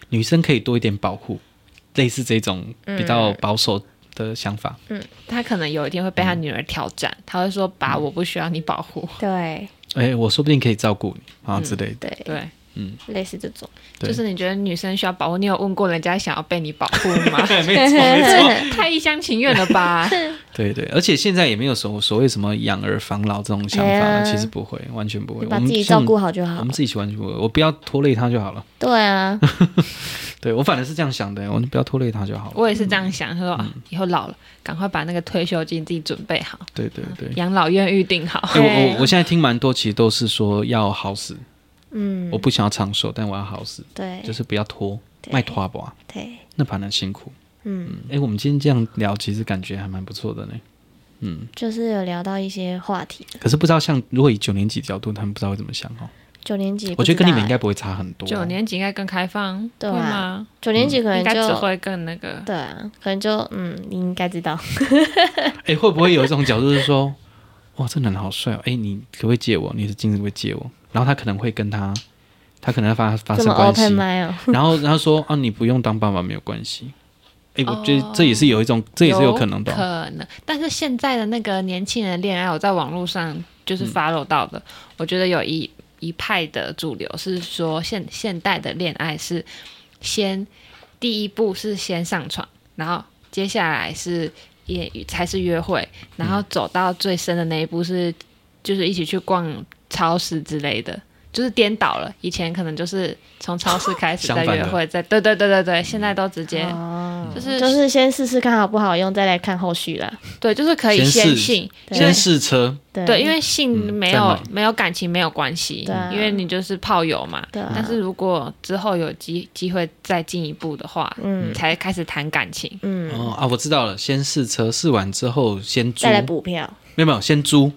A: 女生可以多一点保护，类似这种比
B: 嗯
A: 较保守的想法。
C: 他可能有一天会被他女儿挑战，他会说：“爸，我不需要你保护。
B: 对
A: 哎、我说不定可以照顾你
B: 嗯
A: 啊之类
B: (laughs)
A: 的。
B: 对”
C: 对，
B: 类似这种，
A: 对
C: 就是你觉得女生需要保护，你有问过人家想要被你保护
B: (laughs)
C: 吗？ (laughs)
A: 没错没错，
C: 太一厢情愿了吧？
A: (laughs) 对对，而且现在也没有所所谓什么养儿防老这种想法，
B: 哎呀
A: 其实不会，完全不会。
B: 你
A: 我
B: 把
A: 们
B: 自己照顾
A: 好，
B: 好就好
A: 我们。自己喜欢就好我不要拖累他就好了。
B: 对啊，
A: 对我反而是这样想的，我不要拖累他就好了。
C: 我也是这样想，他说、啊以后老了，赶快把那个退休金自己准备好，
A: 对对对。
C: 养老院预定好。
A: 哎我
B: (laughs) 对
A: 我我现在听蛮多，其实都是说要好死，
B: 嗯
A: 我，不想要长寿，但我要好死，
B: 对
A: 就是不要拖，
B: 对
A: 卖拖吧，
B: 对，
A: 那反而辛苦。
B: 嗯，
A: 哎、我们今天这样聊，其实感觉还蛮不错的呢。嗯，
B: 就是有聊到一些话题。
A: 可是不知道像如果以九年级角度，他们不知道会怎么想哦。
B: 九年级不
A: 我
B: 知
A: 觉得
B: 道欸，
A: 跟你们应该不会差很多。啊
C: 九年级应该更开放，
B: 对啊
C: 会吗？
B: 九年
A: 嗯
B: 级可能
C: 应该只
B: 就
C: 会更那个。
B: 对啊，可能就嗯，你应该知道。
A: 哎、会不会有一种角度是说， (laughs) 哇，这男的好帅哦，哎、你可不可以借我？你的镜子可不可以借我？然后他可能会跟他，他可能会发发
B: 这
A: 生
B: 么
A: 关系
B: open，mind 哦，
A: (laughs) 然后然后说啊，你不用当爸爸没有关系。哎、我觉
B: 哦
A: 得这也是有一种，这也是有可能的哦、
C: 可能。但是现在的那个年轻人恋爱，我在网络上就是
A: 嗯
C: follow 到的，我觉得有一一派的主流是说现现代的恋爱是先第一步是先上床，然后接下来是也才是约会，然后走到最深的那一步是就是一起去逛超市之类的。就是颠倒了，以前可能就是从超市开始
A: 相
C: 再
A: 反的
C: 约会，再对对对对对，现在都直接、
B: 哦
C: 就是
B: 就是先试试看好不好用，再来看后续啦。
C: 对，就是可以
A: 先试
C: 先性，
B: 对
A: 先试车，
B: 对
C: 对，因为性
A: 嗯
C: 没
A: 再
C: 有、
A: 买
C: 没有感情没有关系
B: 对啊，
C: 因为你就是炮友嘛。
B: 对啊
C: 但是如果之后有机机会再进一步的话，
B: 嗯
C: 才开始谈感情。
B: 嗯，
A: 哦啊，我知道了，先试车，试完之后先租，
B: 再来
A: 没
B: 补票。
A: 有没有，先租，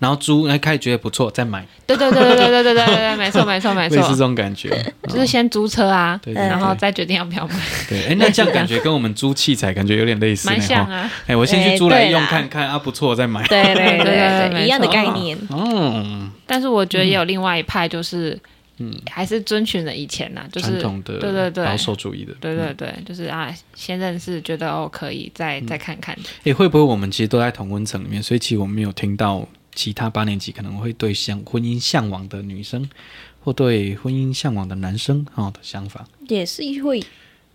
A: 然后租，哎，开始觉得不错，再买，
C: 对对对对对对对对对，没错没错没
A: 类似这
C: 错，
A: 种感
C: (laughs)
A: 觉。
C: 就是先租车啊，
A: 对对对
C: 然后再决定要不要买，
A: 对，哎，那这
C: (laughs)
A: 样感觉跟我们租器材感觉有点类似呢，
C: 蛮像
A: 哈
C: 啊。
A: 哎，我先去
B: 哎
A: 租来
B: 对
A: 用
B: 啦
A: 看看啊，不错，再买。
B: 对对
C: (laughs) 对
B: 对，
C: 对没
B: 一样的
C: 错
B: 概念。
A: 嗯，
C: 但是我觉得也有另外一派，就是嗯，还是遵循了以前呐，就
A: 传
C: 是
A: 统的
C: 对对对
A: 保守主义的，嗯
C: 对对对，就是啊，先认识，觉得哦可以，再再看看。
A: 诶，哎会不会我们其实都在同温层里面，所以其实我们没有听到其他八年级可能会对向婚姻向往的女生，或对婚姻向往的男生哈、的想法，
B: 也是会，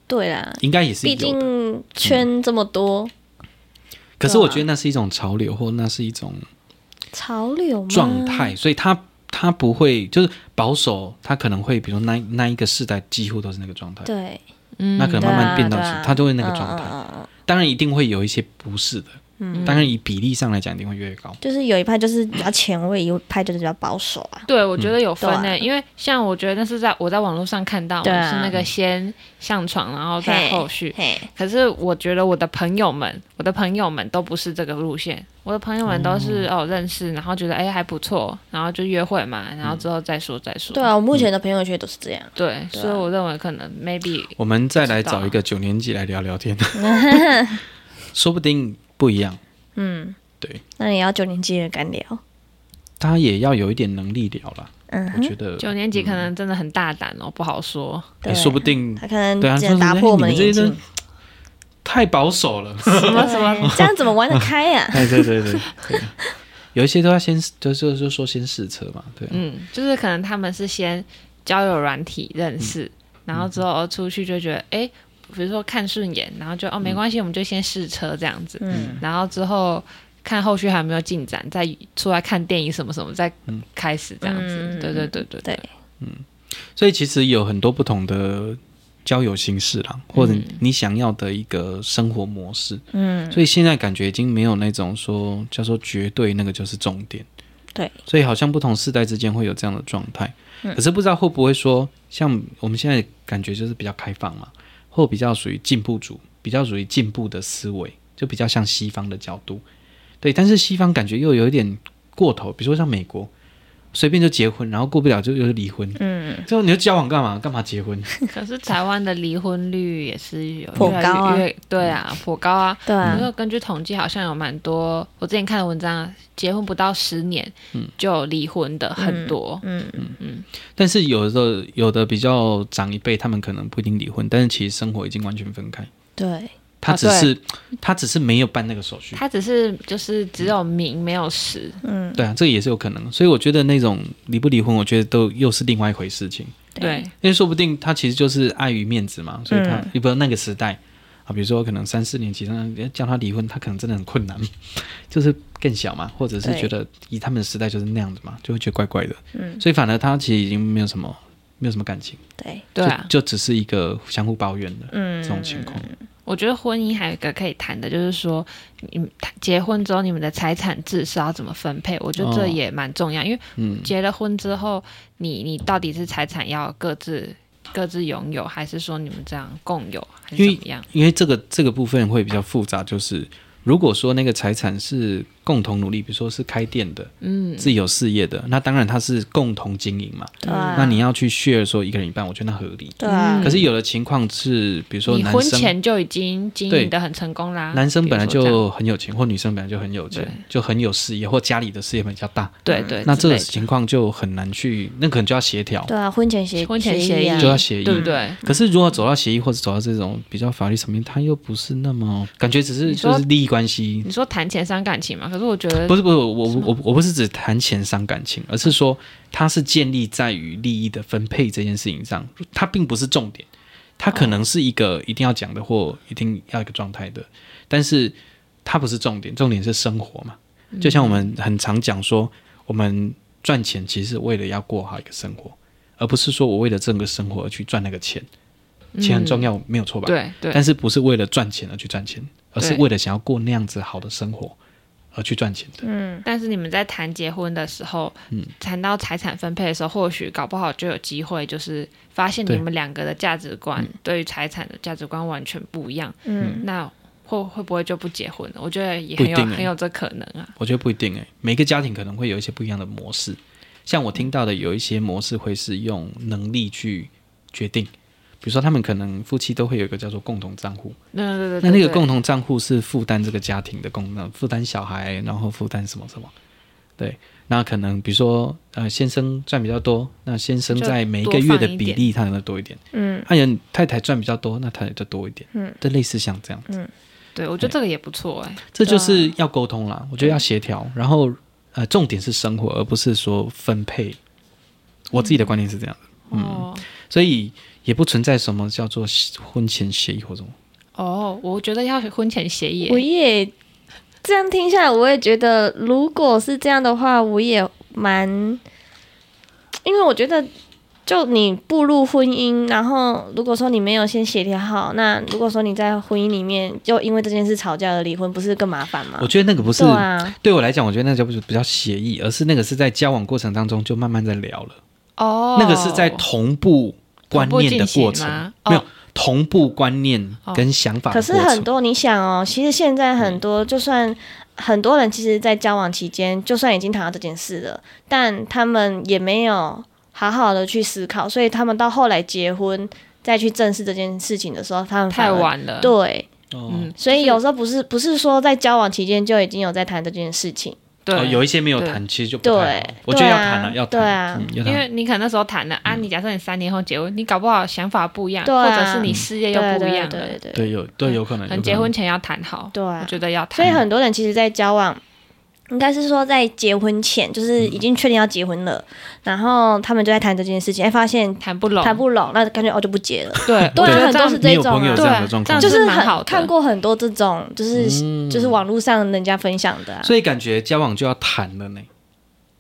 B: 对啦，
A: 应该也是
B: 毕
A: 有的。嗯
B: 竟圈这么多、
A: 可是我
B: 啊
A: 觉得那是一种潮流，或那是一种
B: 潮流吗
A: 状，
B: 嗯
A: 态，所以他他不会就是保守，他可能会比如说那那一个世代几乎都是那个状态，
B: 对，
C: 嗯，
A: 那可能
B: 对
A: 慢慢
B: 啊
A: 变到
B: 对
A: 现
B: 啊
A: 他就会那个
B: 嗯
A: 状态。
B: 嗯嗯嗯
A: 当然一定会有一些不是的，当然以比例上来讲一定会越来越高。
B: 就是有一派就是比较前卫，有一派就是比较保守啊。
C: 对，我觉得有分
B: 对啊
C: 诶、因为像我觉得那是在我在网络上看到嘛，
B: 对啊
C: 是那个先上床，然后再后续。
B: 嘿，
C: 可是我觉得我的朋友们，我的朋友们都不是这个路线，我的朋友们都是哦认识，然后觉得哎还不错，然后就约会嘛，然后之后再说再说。
B: 嗯对啊，我目前的朋友圈都是这样。
C: 对
B: 对啊
C: 所以我认为可能 maybe
A: 我们再来
C: 不知道
A: 找一个九年级来聊聊
B: (laughs)
A: 天，说不定不一样。
B: 嗯，
A: 对，
B: 那也要九年级的干聊。
A: 他也要有一点能力聊啦。
B: 嗯
A: 我
B: 哼，
A: 觉得，
C: 九年级
B: 嗯
C: 可能真的很大胆哦，不好说。
A: 哎
B: 对，
A: 说不定
B: 他可能
A: 对啊
B: 只能打破我们的眼
A: 说不定你
B: 睛
A: 们，太保守
B: (laughs)
A: 了。
B: 什么什么，这样怎么玩得开呀、
A: 哎，对对对， (laughs) 对有一些都要先，就就就说先试车嘛，对啊。
C: 嗯，就是可能他们是先交友软体认识，然后之后出去就觉得，哎、比如说看顺眼，然后就哦没关系，我们就先试车这样子，
B: 嗯
C: 然后之后看后续还有没有进展，再出来看电影什么什么，再开始这样子。
B: 嗯
C: 对对对对
B: 对
A: 所以其实有很多不同的交友形式啦，或者你想要的一个生活模式。
B: 嗯，
A: 所以现在感觉已经没有那种说叫做绝对那个就是重点。
B: 对，嗯
A: 所以好像不同世代之间会有这样的状态，可是不知道会不会说，像我们现在感觉就是比较开放嘛，或比较属于进步主，比较属于进步的思维，就比较像西方的角度。对，但是西方感觉又有一点过头，比如说像美国，随便就结婚，然后过不了就又离婚。 (laughs)
B: 嗯，
A: 最后你就交往干嘛？干嘛结婚？
C: 可是台湾的离婚率也是有
B: 颇
C: 越来
B: 高啊
C: 越对啊，颇高啊。
B: 对啊
C: 因，为根据统计，好像有蛮多我之前看的文章啊，结婚不到十年就离婚的很多。
B: 嗯
A: 但是有的时候，有的比较长一辈，他们可能不一定离婚，但是其实生活已经完全分开。
B: 对，
A: 他
C: 啊
A: 只是、他只是没有办那个手续。
C: 他只是就是只有名没有实，
B: 嗯，
A: 对啊，这个也是有可能。所以我觉得那种离不离婚，我觉得都又是另外一回事情。
C: 对，
A: 因为说不定他其实就是碍于面子嘛，所以他
B: 嗯
A: 你不知道那个时代啊，比如说可能三四年级生要叫他离婚，他可能真的很困难， (laughs) 就是更小嘛，或者是
B: 对
A: 觉得以他们的时代就是那样子嘛，就会觉得怪怪的，
B: 嗯，
A: 所以反而他其实已经没有什么没有什么感情，
B: 对，
C: 对啊，
A: 就就只是一个相互抱怨的
B: 嗯，
A: 这种情况。
C: 我觉得婚姻还有一个可以谈的，就是说，你们结婚之后你们的财产制是要怎么分配？我觉得
A: 哦
C: 这也蛮重要，因为
A: 嗯，
C: 结了婚之后，你你到底是财产要各自各自拥有，还是说你们这样共有，还是
A: 因为
C: 怎么样？
A: 因为这个这个部分会比较复杂，就是如果说那个财产是共同努力，比如说是开店的，
C: 嗯，
A: 自己有事业的，那当然它是共同经营嘛。
B: 对啊，
A: 那你嗯要去 share 说一个人一半，我觉得那合理。
B: 对啊
A: 可，是有的情况是，比如说
C: 嗯你
A: 男
C: 婚
A: 生，
C: 前就已经经
A: 对
C: 营的很成功啦，
A: 男生本来
C: 比如说这样
A: 就很有钱，或女生本来就很有钱，就很有事业，或家里的事业比较大，
C: 对对，
A: 嗯那这个
C: 之类的
A: 情况就很难去，那可能就要协调，
B: 对啊，婚前协
C: 婚前协
B: 议啊
C: 议
A: 就要协议。
C: 对不对？
A: 可是如果走到协议，或者走到这种比较法律层面，它又不是那么感觉，只是
C: 你
A: 就
C: 说
A: 是利益关系
C: 你。说谈钱伤感情嘛？可是我觉得
A: 不是不是，我我我我不是只谈钱伤感情，而是说它是建立在于利益的分配这件事情上，它并不是重点，它可能是一个一定要讲的或一定要一个状态的，但是它不是重点，重点是生活嘛。
C: 嗯
A: 就像我们很常讲说，我们赚钱其实是为了要过好一个生活，而不是说我为了这个生活而去赚那个钱，钱很重要，没有错吧？
C: 嗯对对，
A: 但是不是为了赚钱而去赚钱，而是
C: 对
A: 为了想要过那样子好的生活而去赚钱的。
B: 嗯，
C: 但是你们在谈结婚的时候，
A: 嗯
C: 谈到财产分配的时候，或许搞不好就有机会，就是发现
A: 对嗯
C: 你们两个的价值观对于财产的价值观完全不一样，
B: 嗯，
C: 那会会不会就不结婚了？我觉得也
A: 不一
C: 很有
A: 定欸
C: 很有这可能啊。
A: 我觉得不一定诶、欸每个家庭可能会有一些不一样的模式。像我听到的有一些模式会是用能力去决定，比如说他们可能夫妻都会有一个叫做共同账户，
C: 对对对
A: 那
C: 对，
A: 那个
C: 对
A: 共同账户是负担这个家庭的共同，负担小孩，然后负担什么什么，对。那可能比如说，呃，先生赚比较多，那先生
C: 就
A: 在每一
C: 多
A: 个月
C: 放
A: 的
C: 一
A: 比
C: 点
A: 例他能多一点，
B: 嗯，
A: 他人太太赚比较多，那他也就多一点，
B: 嗯，
A: 就类似像这样，
C: 对我觉得这个也不错哎、
A: 这就是要沟通啦，我
B: 啊
A: 觉得要协调，然后呃，重点是生活，而不是说分配。我自己的观念是这样的，
C: 哦
A: 所以也不存在什么叫做婚前协议或什么。
C: 哦，我觉得要婚前协议欸、
B: 我也这样听下来，我也觉得，如果是这样的话，我也蛮，因为我觉得，就你步入婚姻，然后如果说你没有先协调好，那如果说你在婚姻里面就因为这件事吵架而离婚，不是更麻烦吗
A: 我？觉得那个不是
B: 对啊，
A: 对我来讲，我觉得那就不是比较协议，而是那个是在交往过程当中就慢慢在聊了，
C: 哦，
A: 那个是在同步观念的过
C: 同步
A: 程
C: 进行吗，哦
A: 没有同步观念跟想法的
B: 可
A: 过
B: 是
A: 程。
B: 很多，你想哦，其实现在
A: 嗯
B: 很多，就算很多人其实，在交往期间，就算已经谈到这件事了，但他们也没有好好的去思考，所以他们到后来结婚再去正视这件事情的时候，他们反
C: 太
B: 而。
C: 晚了，
B: 对，
A: 哦
C: 嗯，
B: 所以有时候不是不是说在交往期间就已经有在谈这件事情，
C: 对、
A: 哦，有一些没有
C: 对
A: 谈，其实就不
B: 对
A: 太好。我觉得
B: 对
A: 要
B: 啊
A: 谈了，要
B: 对
A: 谈，
B: 啊
A: 嗯，要
C: 因
A: 谈。
C: 为你可能那时候谈了啊，
A: 嗯
C: 你假设你三年后结婚，你搞不好想法不一样，
B: 对啊
C: 或者是你事业又
B: 对
C: 不一
B: 对啊
C: 样
B: 对
C: 了。
B: 对
A: 对，有对有可啊能。有可
C: 能
A: 能
C: 结婚前要谈好，
B: 对啊
C: 我觉得要
B: 所
C: 谈。
B: 以很多人其实，在交往，应该是说在结婚前，就是已经确定要结婚了，然后他们就在谈这件事情，哎，发现
C: 谈不拢，
B: 谈不拢，那感觉哦就不结了。
C: 对，
B: 对
C: 我觉
B: 啊，
C: 得
B: 很
C: 这
B: 多
C: 样
B: 是
A: 你
B: 这
A: 有
B: 种
A: 朋友
B: 啊
A: 这样
C: 对
A: 的状
C: 这
A: 况
C: 样
B: 就，是
C: 蛮
B: 很
C: 好的
B: 看过很多这种，就是、
A: 嗯
B: 就是网络上人家分享的、啊，
A: 所以感觉交往就要谈了呢，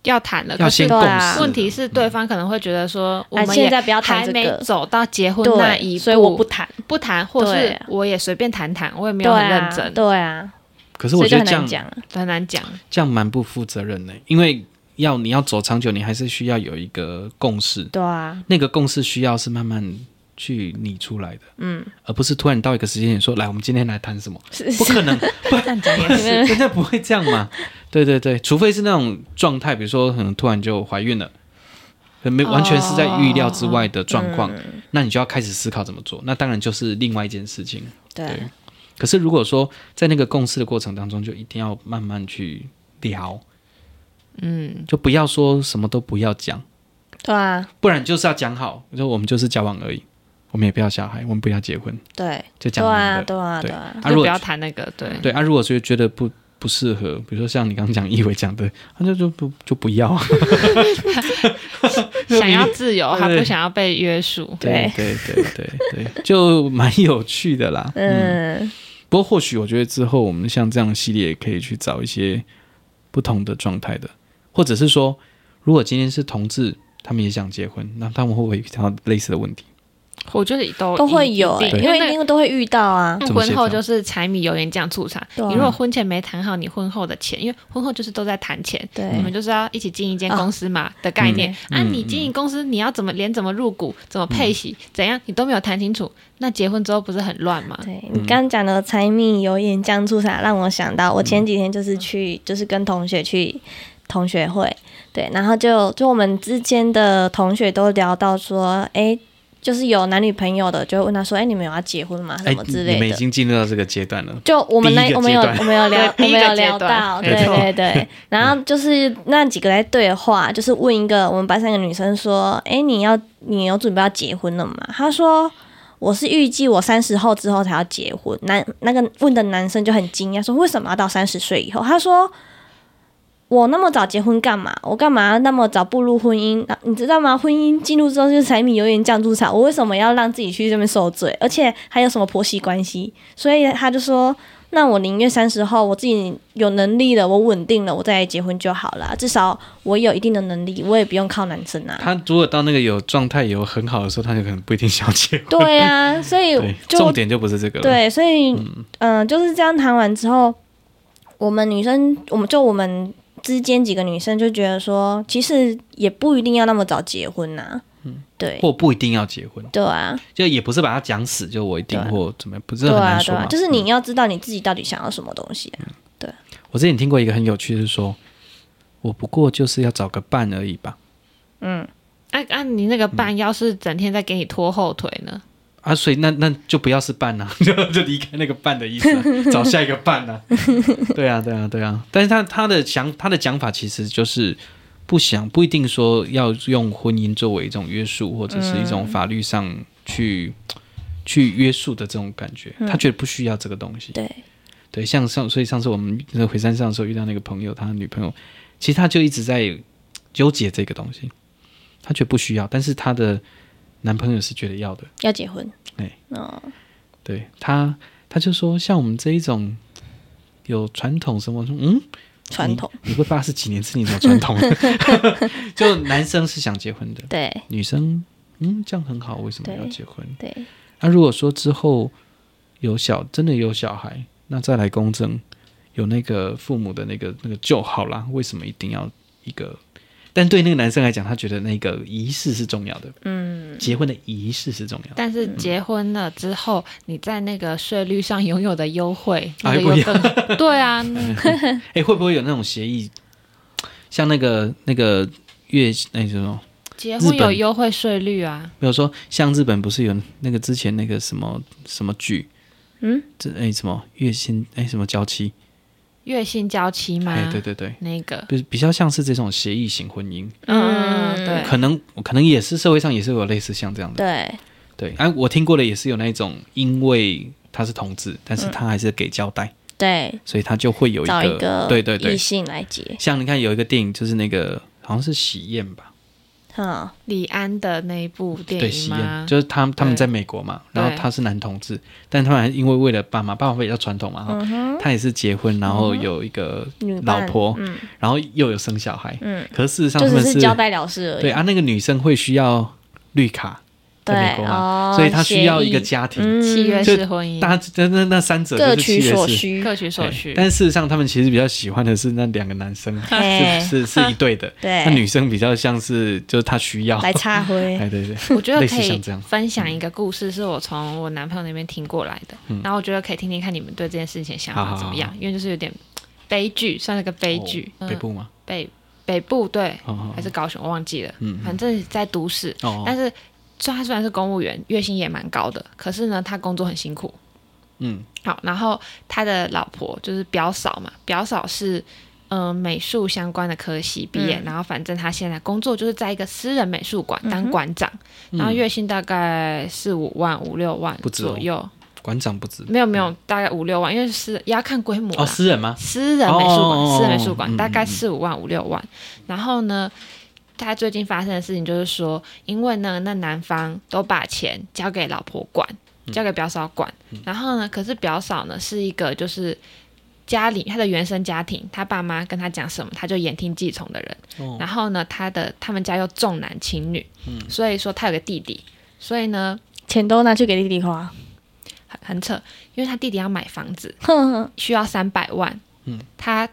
C: 要谈了，
A: 要嗯
C: 可是
A: 先
B: 对
A: 共
B: 啊
A: 识。
C: 问题是对方可能会觉得说，我
B: 哎，
C: 们
B: 现
C: 也
B: 在不要谈
C: 还
B: 这
C: 没
B: 个，
C: 走到结婚那一
B: 对，
C: 步，
B: 所以我不谈，
C: 不谈，或
B: 对
C: 是
B: 啊
C: 我也随便谈谈，我也没
B: 对
C: 有很认
B: 啊
C: 真，，
B: 对啊，
A: 可是
B: 所
A: 我
B: 以就
A: 觉得
B: 很
A: 这样
B: 难讲啊，
C: 很难讲。
A: 这样蛮不负责任的，因为要你要走长久，你还是需要有一个共识，
B: 对啊，
A: 那个共识需要是慢慢去拟出来的，
B: 嗯，
A: 而不是突然到一个时间点说，来，我们今天来谈什么？
B: (laughs) 是
A: 不可能，不 (laughs)
C: 这样讲也
A: 人家不会这样嘛。对对对，除非是那种状态，比如说可能突然就怀孕了，可能没完全是在预料之外的状
B: 哦
A: 况，
B: 嗯
A: 那你就要开始思考怎么做。那当然就是另外一件事情。
B: 对，
A: 可是如果说在那个共事的过程当中，就一定要慢慢去聊，嗯，就不要说什么都不要讲，
B: 对啊，
A: 不然就是要讲好，就我们就是交往而已，我们也不要小孩，我们不要结婚，
B: 对，
A: 就
B: 对
A: 讲明
B: 啊，
A: 的。
B: 对啊，
A: 对
B: 对啊，
A: (laughs) 啊，
C: 就
A: 如
C: 不
A: 果
C: 要谈那个，对，
A: 对啊，如果觉得觉得不不适合，比如说像你刚刚讲一伟讲的，他就就不就不要啊。
C: 想要自由，他
A: 对
C: 不想要被约束。
A: 对对对对对，就蛮有趣的啦。
B: 嗯，
A: 不过或许我觉得之后我们像这样的系列也可以去找一些不同的状态的，或者是说，如果今天是同志，他们也想结婚，那他们会不会遇到类似的问题？
C: 我觉得都
B: 都会
C: 一
B: 有、欸，
C: 定
B: 因为一
C: 那
B: 定都会遇到啊。
A: 怎么
C: 婚
A: 协
C: 后
A: 调
C: 就是柴米油盐酱醋茶。
B: 对啊
C: 你如果婚前没谈好，你婚后的钱，因为婚后就是都在谈钱，
B: 对
C: 你们就是要一起经营一间
B: 啊
C: 公司嘛的概念。
A: 哦嗯
C: 啊，
A: 嗯
C: 你经营公司，你要怎么连怎么入股、怎么配息、怎样，你都没有谈清楚，那结婚之后不是很乱
A: 嗯
C: 吗？
B: 对你刚刚讲的柴米油盐酱醋茶，让我想到我前几天就是
A: 嗯
B: 去，就是跟同学去同学会，对，然后就就我们之间的同学都聊到说，哎，就是有男女朋友的，就会问他说，哎，你们有要结婚吗？什么之
A: 你
B: 类
A: 们已
B: 的。
A: 经进入到这个阶段了，
B: 就我们那
A: 第一个
B: 我们有
A: 阶段
B: 我们有聊我
C: 对第一个
B: 们有
C: 阶
B: 聊
C: 段
B: 到，
C: 没
B: 对
A: 错
B: 对对。然后就是那几个在对话，就是问一个我们班上一个女生说：“哎，你要你有准备要结婚了吗？”她说。我是预计我三十后之后才要结婚，男那个问的男生就很惊讶，说为什么要到三十岁以后？他说我那么早结婚干嘛？我干嘛那么早步入婚姻？啊你知道吗？婚姻进入之后就是柴米油盐酱醋茶，我为什么要让自己去这边受罪？而且还有什么婆媳关系？所以他就说，那我宁愿三十后我自己有能力了，我稳定了，我再来结婚就好了。至少我有一定的能力，我也不用靠男生啊。
A: 他如果到那个有状态有很好的时候，他就可能不一定想结婚。
B: 对啊，所以
A: 对，
B: 就
A: 重点就不是这个了。
B: 对，所以嗯、呃就是这样谈完之后，我们女生，我们就我们之间几个女生就觉得说，其实也不一定要那么早结婚呐、嗯，对，
A: 或不一定要结婚，
B: 对啊，
A: 就也不是把他讲死，就我一定
B: 对啊
A: 或怎么样，不是
B: 对
A: 很
B: 啊
A: 难，
B: 对
A: 说嘛。嗯
B: 啊，就是你要知道你自己到底想要什么东西、啊。
A: 我之前听过一个很有趣的是说，我不过就是要找个伴而已吧。
C: 啊啊，你那个伴要是整天在给你拖后腿呢？
A: 啊，所以那那就不要是伴呐、 (laughs) 就就离开那个伴的意思啊、找下一个伴呐、 (laughs) 对啊，对啊，对啊。但是他他的想他的讲法其实就是不想不一定说要用婚姻作为一种约束，或者是一种法律上去、去约束的这种感觉。他觉得不需要这个东西。
B: 对
A: 对，像上所以上次我们在回山上的时候遇到那个朋友，他女朋友其实他就一直在纠结这个东西，他觉得不需要，但是他的男朋友是觉得要的。
B: 要结婚，
A: 哎
B: 哦，
A: 对他，他就说像我们这一种有传统什么，我说嗯，
B: 传统，
A: 你会八十几年是你什么传
B: (laughs)
A: 统？就男生是想结婚的，
B: 对
A: 女生嗯这样很好，为什么要结婚？
B: 对
A: 那、如果说之后有小真的有小孩，那再来公证，有那个父母的那个那个就好啦，为什么一定要一个？但对那个男生来讲，他觉得那个仪式是重要的，嗯，结婚的仪式是重要的。
C: 但是结婚了之后，你在那个税率上拥有的优惠，那
A: 哎
C: 个
A: 不一
C: 又
A: (laughs)
C: 更对啊，
A: 哎、会不会有那种协议，像那个那个月那什么？
C: 结
A: 日
C: 婚
A: 本
C: 有优惠税率啊。
A: 比如说，像日本不是有那个之前那个什么什么剧，
B: 嗯，
A: 这哎、什么月薪哎、什么娇妻，
C: 月薪娇妻吗？
A: 哎、对对对，
C: 那个，
A: 比比较像是这种协议型婚姻，
C: 嗯，对，
A: 可能可能也是社会上也是有类似像这样的，
B: 对
A: 对，哎、我听过的也是有那种，因为他是同志，但是他还是给交代，
B: 对，
A: 所以他就会有一
B: 嗯找
A: 个
B: 一个
A: 对对
B: 异
A: 对，
B: 性来结，
A: 像你看有一个电影就是那个好像是喜宴吧。
B: 嗯，
C: 李安的那一部
A: 对，
C: 电
A: 喜
C: 影
A: 宴
C: 吗？
A: 就是他他们
C: 对
A: 在美国嘛，然后
C: 对
A: 他是男同志，但他们因为为了爸妈，爸妈比较传统嘛，哈、他也是结婚，然后有一个
B: 嗯女伴
A: 老婆，
B: 嗯
A: 然后又有生小孩，
B: 嗯，
A: 可是事实上
B: 就
A: 他
B: 只
A: 们
B: 是交代了事而已，
A: 对啊，那个女生会需要绿卡在美
B: 对
A: 国嘛，
B: 哦，
A: 所以她需要
B: 协议
A: 一个家庭，
B: 嗯
C: 契约式婚姻，
A: 大家那那那三者
B: 各
A: 就是契
B: 取
A: 约
B: 所
A: 式。
B: 需，
C: 各取所需
A: 对。但事实上，他们其实比较喜欢的是那两个男生，啊
B: 嘿
A: 是是是一对的。
B: (laughs) 对
A: 那女生比较像是，就是她需要。
B: 来插
A: (laughs)
B: 灰，
A: 哎，对对，
C: (laughs) 我觉得
A: 类
C: 可
A: 似
C: 以
A: 像这样
C: 分享一个故事，是我从我男朋友那边听过来的，然后我觉得可以听听看你们对这件事情的
A: 嗯
C: 想
A: 好
C: 法
A: 好
C: 怎么样，因为就是有点悲剧，算是个悲剧。
A: 哦
C: 嗯
A: 北部吗？
C: 北北部对，
A: 哦哦
C: 还是高雄，我忘记了，
A: 嗯嗯
C: 反正在都市。
A: 哦，
C: 但是，虽他虽然是公务员，月薪也蛮高的，可是呢，他工作很辛苦。
A: 嗯
C: 好，然后他的老婆就是表嫂嘛，表嫂是嗯、呃美术相关的科系毕业，
B: 嗯
C: 然后反正他现在工作就是在一个私人美术馆
B: 嗯
C: 当
B: 哼
C: 馆长，
A: 嗯
C: 然后月薪大概四五万、五六万
A: 不止哦
C: 左右，
A: 馆长不止
C: 没啊有没有，大概五六万，因为是也要看规模啦
A: 哦，私人吗？
C: 私人美术馆，
A: 哦
C: 私人美术馆、
A: 嗯
C: 大概
A: 嗯嗯
C: 四五万五六万。然后呢，他最近发生的事情就是说，因为呢，那男方都把钱交给老婆管，
A: 嗯
C: 交给表嫂管。然后呢，可是表嫂呢是一个就是家里他的原生家庭，他爸妈跟他讲什么，他就言听计从的人。
A: 哦
C: 然后呢，他的他们家又重男轻女，
A: 嗯
C: 所以说他有个弟弟，所以呢
B: 钱都拿去给弟弟花， (laughs)
C: 很很扯，因为他弟弟要买房子，
B: 哼哼，
C: 需要三百万，
A: 嗯，
C: 他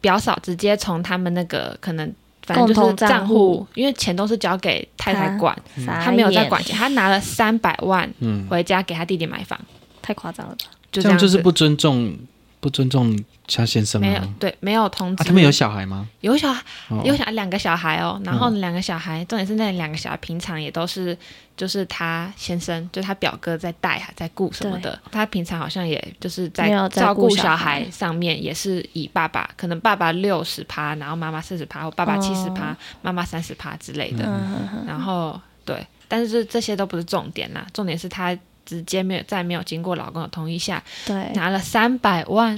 C: 表嫂直接从他们那个可能反正就
B: 共
C: 是
B: 同账
C: 账
B: 户嗯
C: 户，因为钱都是交给太太
B: 他
C: 管，他
B: 他
C: 没有在管钱，他拿了三百万
A: 嗯，
C: 回家给他弟弟买房，
B: 太夸张了吧？
C: 就
A: 这
C: 样
A: 样
C: 子
A: 就是不尊重不尊重夏先生
C: 没
A: 啊
C: 有对没有通知，
A: 啊，他们有小孩吗？
C: 有小孩
A: 哦
C: 有小两个小孩哦，然
B: 嗯
C: 后两个小孩，重点是那两个小孩平常也都是就是他先生，就他表哥在带啊，在顾什么的。他平常好像也就是在
B: 没有在
C: 照顾
B: 顾
C: 小
B: 小
C: 孩
B: 孩
C: 上面，也是以爸爸可能爸爸六十趴，然后妈妈四十趴，或爸爸
B: 哦
C: 七十趴，妈妈三十趴之类的。
B: 嗯哼哼，
C: 然后对，但是这些都不是重点啦，重点是他直接没有在没有经过老公的同意下，
B: 对，嗯
C: 拿了三百万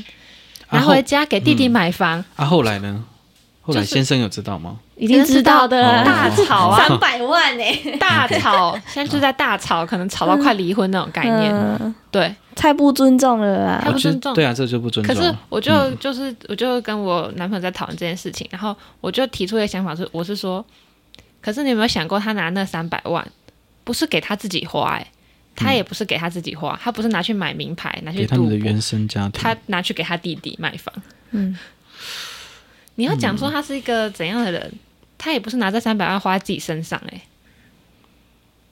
C: 拿
A: 啊后
C: 回家给弟弟买房。
A: 啊，后来呢？后来
C: 就是
A: 先生有知道吗？
B: 一定知道的
A: 哦
B: 啦，
C: 大吵
B: (laughs)
C: 啊，
B: 三百万哎，
C: (laughs) 大吵，现在就在大吵，可能吵到快离婚那种概念。
B: 嗯
C: 对，
B: 太不尊重了啦
C: 他。不
A: 我觉得
C: 尊重
A: 对啊，这就不尊
C: 可
A: 重。嗯
C: 是我就、就是我就跟我男朋友在讨论这件事情，然后我就提出一个想法是，我是说，可是你有没有想过，他拿那三百万不是给他自己花、欸，他也不是给他自己花，他不是拿去买名牌，拿去
A: 给他们
C: 赌
A: 的
C: 博，
A: 原生家庭，
C: 他拿去给他弟弟买房。
B: 嗯，
C: 你要
A: 嗯
C: 讲说他是一个怎样的人，他也不是拿这三百万花在自己身上、欸，哎，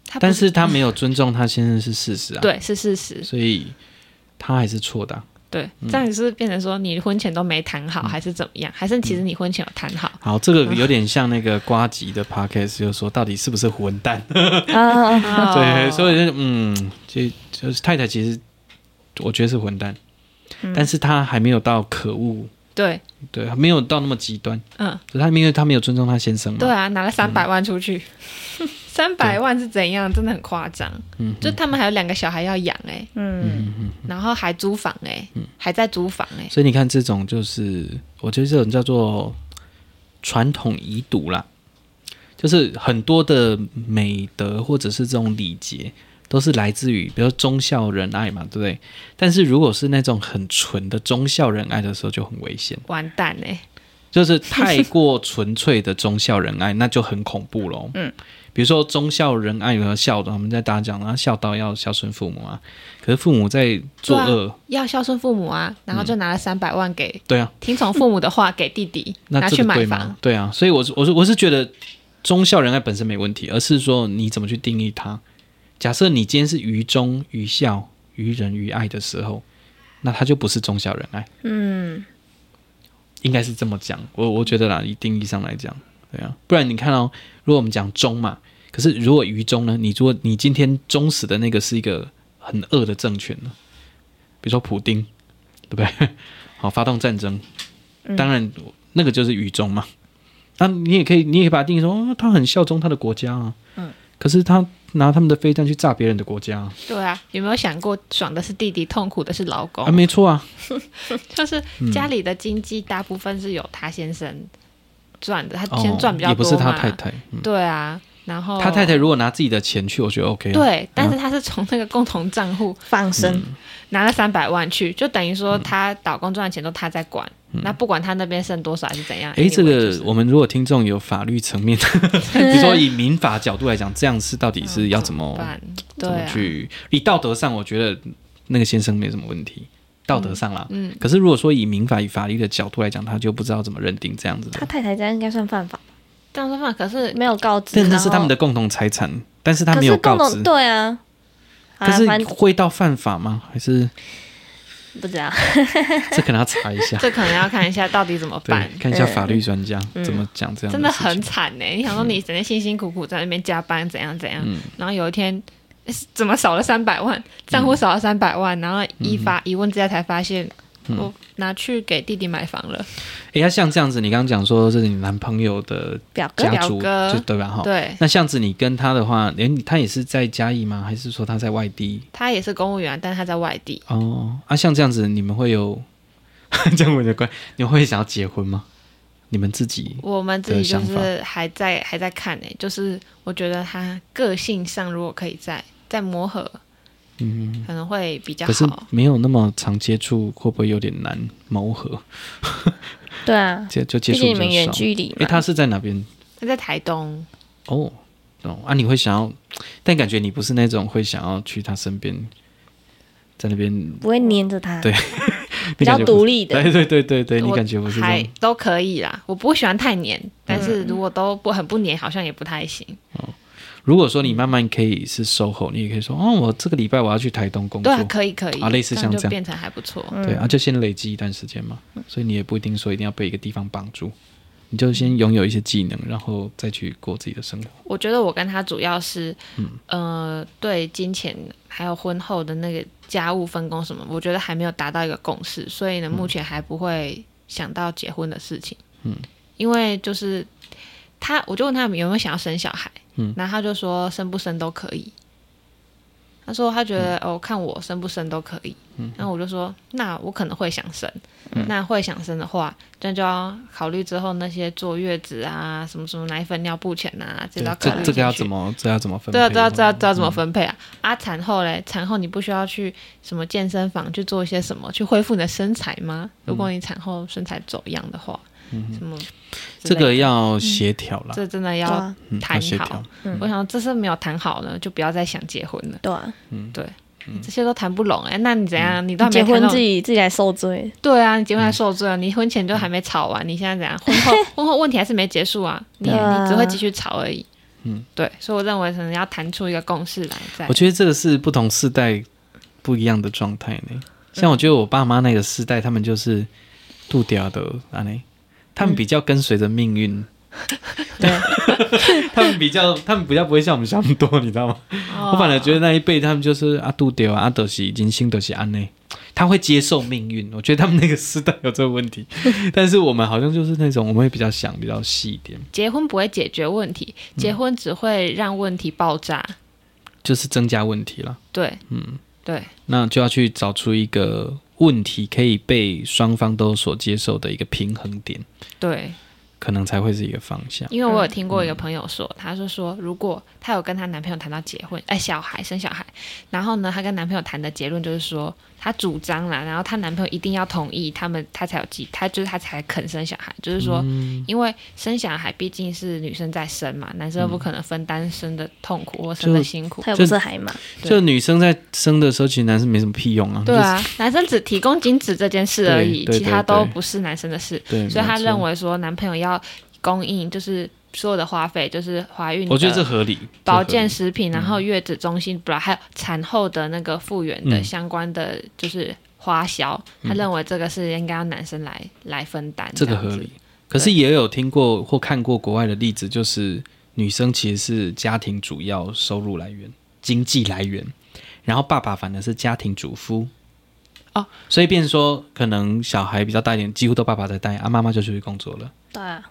C: 他不
A: 但是他没有尊重他先生是事实啊，，
C: 对是事实，
A: 所以他还是错的啊、
C: 对，这样是不是变成说你婚前都没谈
A: 嗯
C: 好，还是怎么样？还是其实你婚前有谈好？
A: 好，这个有点像那个瓜吉的 podcast，就是说到底是不是混蛋？
B: 啊，
A: (laughs)
C: 哦
A: 对，所以就是嗯，就就是太太其实我觉得是混蛋，
C: 嗯
A: 但是他还没有到可恶，
C: 对，
A: 对，还没有到那么极端，
C: 嗯，
A: 就是他因为他没有尊重他先生嘛，
C: 对啊，拿了三百万出去， (laughs) 三百、万是怎样？真的很夸张。
A: 嗯
C: 就他们还有两个小孩要养哎、
B: 嗯，
C: 然后还租房哎、
A: 嗯
C: 还在租房哎、
A: 所以你看这种就是，我觉得这种叫做传统遗毒啦，就是很多的美德或者是这种礼节。都是来自于，比如说忠孝仁爱嘛，对不对？但是如果是那种很纯的忠孝仁爱的时候，就很危险。
C: 完蛋哎、
A: 就是太过纯粹的忠孝仁爱，那就很恐怖喽。嗯，比如说忠孝仁爱和孝道，我们在大家讲啊，孝道要孝顺父母啊，可是父母在作恶，
C: 要孝顺父母
A: 嗯
C: 啊，然后就拿了三百万给
A: 对啊，
C: 听从父母的话给弟弟，
A: 嗯那
C: 拿
A: 这
C: 去
A: 个
C: 买
A: 对
C: 房
A: 吗。？对啊，所以我是我是我是觉得忠孝仁爱本身没问题，而是说你怎么去定义它。假设你今天是于忠、于孝、于仁、于爱的时候，那它就不是忠孝仁爱，
B: 嗯，
A: 应该是这么讲。我我觉得啦，以定义上来讲，对啊，不然你看哦，如果我们讲忠嘛，可是如果于忠呢，你如果你今天忠实的那个是一个很恶的政权呢，比如说普丁，对不对？ (laughs) 好，发动战争，
C: 嗯
A: 当然那个就是于忠嘛。那你也可以，你也可以把它定义说，哦，他很效忠他的国家啊。嗯。可是他拿他们的飞弹去炸别人的国家啊，
C: 对啊，有没有想过爽的是弟弟，痛苦的是老公？
A: 啊没错啊，
C: 就是
A: 嗯
C: 家里的经济大部分是由他先生赚的，他先
A: 哦
C: 赚比较
A: 也
C: 多
A: 不
C: 嘛。
A: 是他太太，嗯
C: 对啊，然后
A: 他太太如果拿自己的钱去，我觉得 OK 啊。
C: 对，但是他是从那个共同账户
B: 放生，
A: 嗯
C: 拿了三百万去，就等于说他老公赚的钱都他在管，那不管他那边剩多少还是怎样。
A: 嗯诶，
C: anyway，
A: 这
C: 就
A: 个
C: 是
A: 我们如果听众有法律层
C: (laughs)
A: 面的，比如说以民法角度来讲，这样是到底是要怎么
C: 嗯办？对
A: 怎么
C: 啊，
A: 去？以道德上，我觉得那个先生没什么问题，道德上啦。
C: 嗯，
A: 可是如果说以民法、以法律的角度来讲，他就不知道怎么认定这样子
B: 他
A: 的。
B: 太太这样应该算犯法，
C: 但是嘛，可是，
B: 没有告知，
A: 但那
B: 然
A: 是他们
B: 后
A: 的共同财产，但是他
B: 可
A: 没
B: 是
A: 有
B: 共
A: 告
B: 同
A: 知。
B: 对啊，
A: 可
B: 啊反
A: 是会到犯法吗？还是
B: 不知道，
A: 这可能要查
B: (laughs)
A: 一下
C: 这可能要看一下到底怎么办
A: (laughs) 对，。看一下法律专家
C: 嗯
A: 怎么讲这样
C: 真的
A: 事情
C: 很惨呢、你想说你整天辛辛苦苦在那边加班，怎样怎样，
A: 嗯
C: 然后有一天诶怎么少了三百万，账户少了三百万，然后一发、
A: 嗯
C: 一问之下才发现，我拿去给弟弟买房了。
A: 哎，那像这样子，你刚刚讲说这是你男朋友的
B: 表哥
A: 家
C: 表
A: 族，
C: 哥
A: 就对吧？哈，
C: 对
A: 那像子你跟他的话，连他也是在嘉义吗？还是说他在外地？
C: 他也是公务员，但他在外地。
A: 哦，啊，像这样子，你们会有 (laughs) 这样我的怪，你们会想要结婚吗？你们自己
C: 我们自己就
A: 的想
C: 是还在还在看呢、就是我觉得他个性上如果可以再再磨合，嗯，可能会比较
A: 可是
C: 好。
A: 没有那么常接触，会不会有点难磨合？
B: 对啊，
A: 接就接
B: 毕
A: 触比
B: 竟你们远
A: 较少。
B: 距离
A: 哎，
B: 嘛，
A: 他是在哪边？
C: 他在台东，
A: 哦哦啊，你会想要，但感觉你不是那种会想要去他身边，在那边
B: 不会黏着他，
A: 对
B: 比较独立的
A: 对对对对对，你
C: 我
A: 感觉不是这
C: 还
A: 样。嗯
C: 都可以啦。我不喜欢太黏，但是如果都不很不黏，好像也不太行。
A: 如果说你慢慢可以是 SOHO，你也可以说哦，我这个礼拜我要去台东工
C: 对
A: 作
C: 啊，，可以嗯可以
A: 啊类似像
C: 样
A: 这样
C: 就变成还不错。
A: 对啊，就先累积一段时间嘛。所以你也不一定说一定要被一个地方绑住，你就先拥有一些技能，然后再去过自己的生活。
C: 我觉得我跟他主要是，呃，对金钱还有婚后的那个家务分工什么，我觉得还没有达到一个共识，所以呢，目前还不会想到结婚的事情。嗯，因为就是他，我就问他有没有想要生小孩，嗯，然后他就说生不生都可以。他说他觉得、
A: 嗯
C: 哦，看我生不生都可以。嗯，然后我就说，那我可能会想生。
A: 嗯
C: 那会想生的话，那就要考虑之后那些坐月子啊，什么什么奶粉、尿布钱啊，这
A: 对
C: 都要，考虑
A: 这这个要
C: 进去
A: 怎么，这要怎么分配？嗯
C: 对啊，知道知道知道怎么分配啊。啊，产后嘞，产后你不需要去什么健身房去做一些什么，去恢复你的身材吗？如
A: 嗯
C: 果你产后身材走样的话，什么之
A: 这
C: 类
A: 个
C: 的
A: 要协调啦，
C: 这真的
B: 对
C: 要
B: 啊，
A: 嗯要
C: 谈
A: 协
C: 好
A: 调。。
C: 我想这是没有谈好呢，就不要再想结婚了。
B: 对啊，
A: 嗯
C: 这些都谈不拢哎，那你怎样？你都还没
B: 结
C: 谈
B: 婚
C: 拢
B: 自己自己来受罪，
C: 对啊，你结婚
A: 嗯
C: 还受罪啊！你婚前就还没吵完，你现在怎样？婚
B: (laughs)
C: 后婚后问题还是没结束啊！你
B: 对啊
C: 你只会继续吵而已。
A: 嗯，
C: 对，所以我认为可能要谈出一个共识来，再
A: 我觉得这个是不同世代不一样的状态呢。像我觉得我爸妈那个世代，他们就是度屌的啊呢，他们比较跟随着命运。 (laughs)
B: 对，
A: 他们比较，他们比较不会像我们想那么多，你知道吗？我反而觉得那一辈他们就是啊，度丢啊，啊，德西人心德西安内，他会接受命运。我觉得他们那个时代有这个问题，但是我们好像就是那种我们会比较想比较细一点，
C: 结婚不会解决问题，
A: 嗯
C: 结婚只会让问题爆炸。
A: 就是增加问题了。
C: 对，嗯，对，
A: 那就要去找出一个问题可以被双方都所接受的一个平衡点，
C: 对，
A: 可能才会是一个方向。
C: 因为我有听过一个朋友说，她是说，如果她有跟她男朋友谈到结婚，哎，小孩生小孩，然后呢，她跟男朋友谈的结论就是说，她主张啦，然后她男朋友一定要同意，他们她才有机，她就是她才肯生小孩，就是说，
A: 嗯
C: 因为生小孩毕竟是女生在生嘛，男生又不可能分担生的痛苦或生的
A: 嗯就
C: 辛苦，
B: 他又不是海马，
C: 对
A: 就女生在生的时候，其实男生没什么屁用啊。
C: 对啊，男生只提供精子这件事而已，
A: 对对
C: 其他
A: 对
C: 都
A: 对
C: 不是男生的事。
A: 就是，对，
C: 所以他
A: 嗯没错
C: 认，为说，男朋友要供应就是所有的花费，就是怀孕的
A: 我觉得这合理。这合
C: 保
A: 理
C: 健食品，然后月子中心，不、然还有产后的那个复原的
A: 嗯
C: 相关的就是花销，他认为这个是应该要男生来来分担，
A: 这个
C: 样
A: 合
C: 子
A: 理。。可是也有听过或看过国外的例子，就是女生其实是家庭主要收入来源、经济来源，然后爸爸反而是家庭主夫。
C: 哦，
A: 所以变成说，可能小孩比较大一点，几乎都爸爸在带，啊，妈妈就出去工作了。
B: 对啊，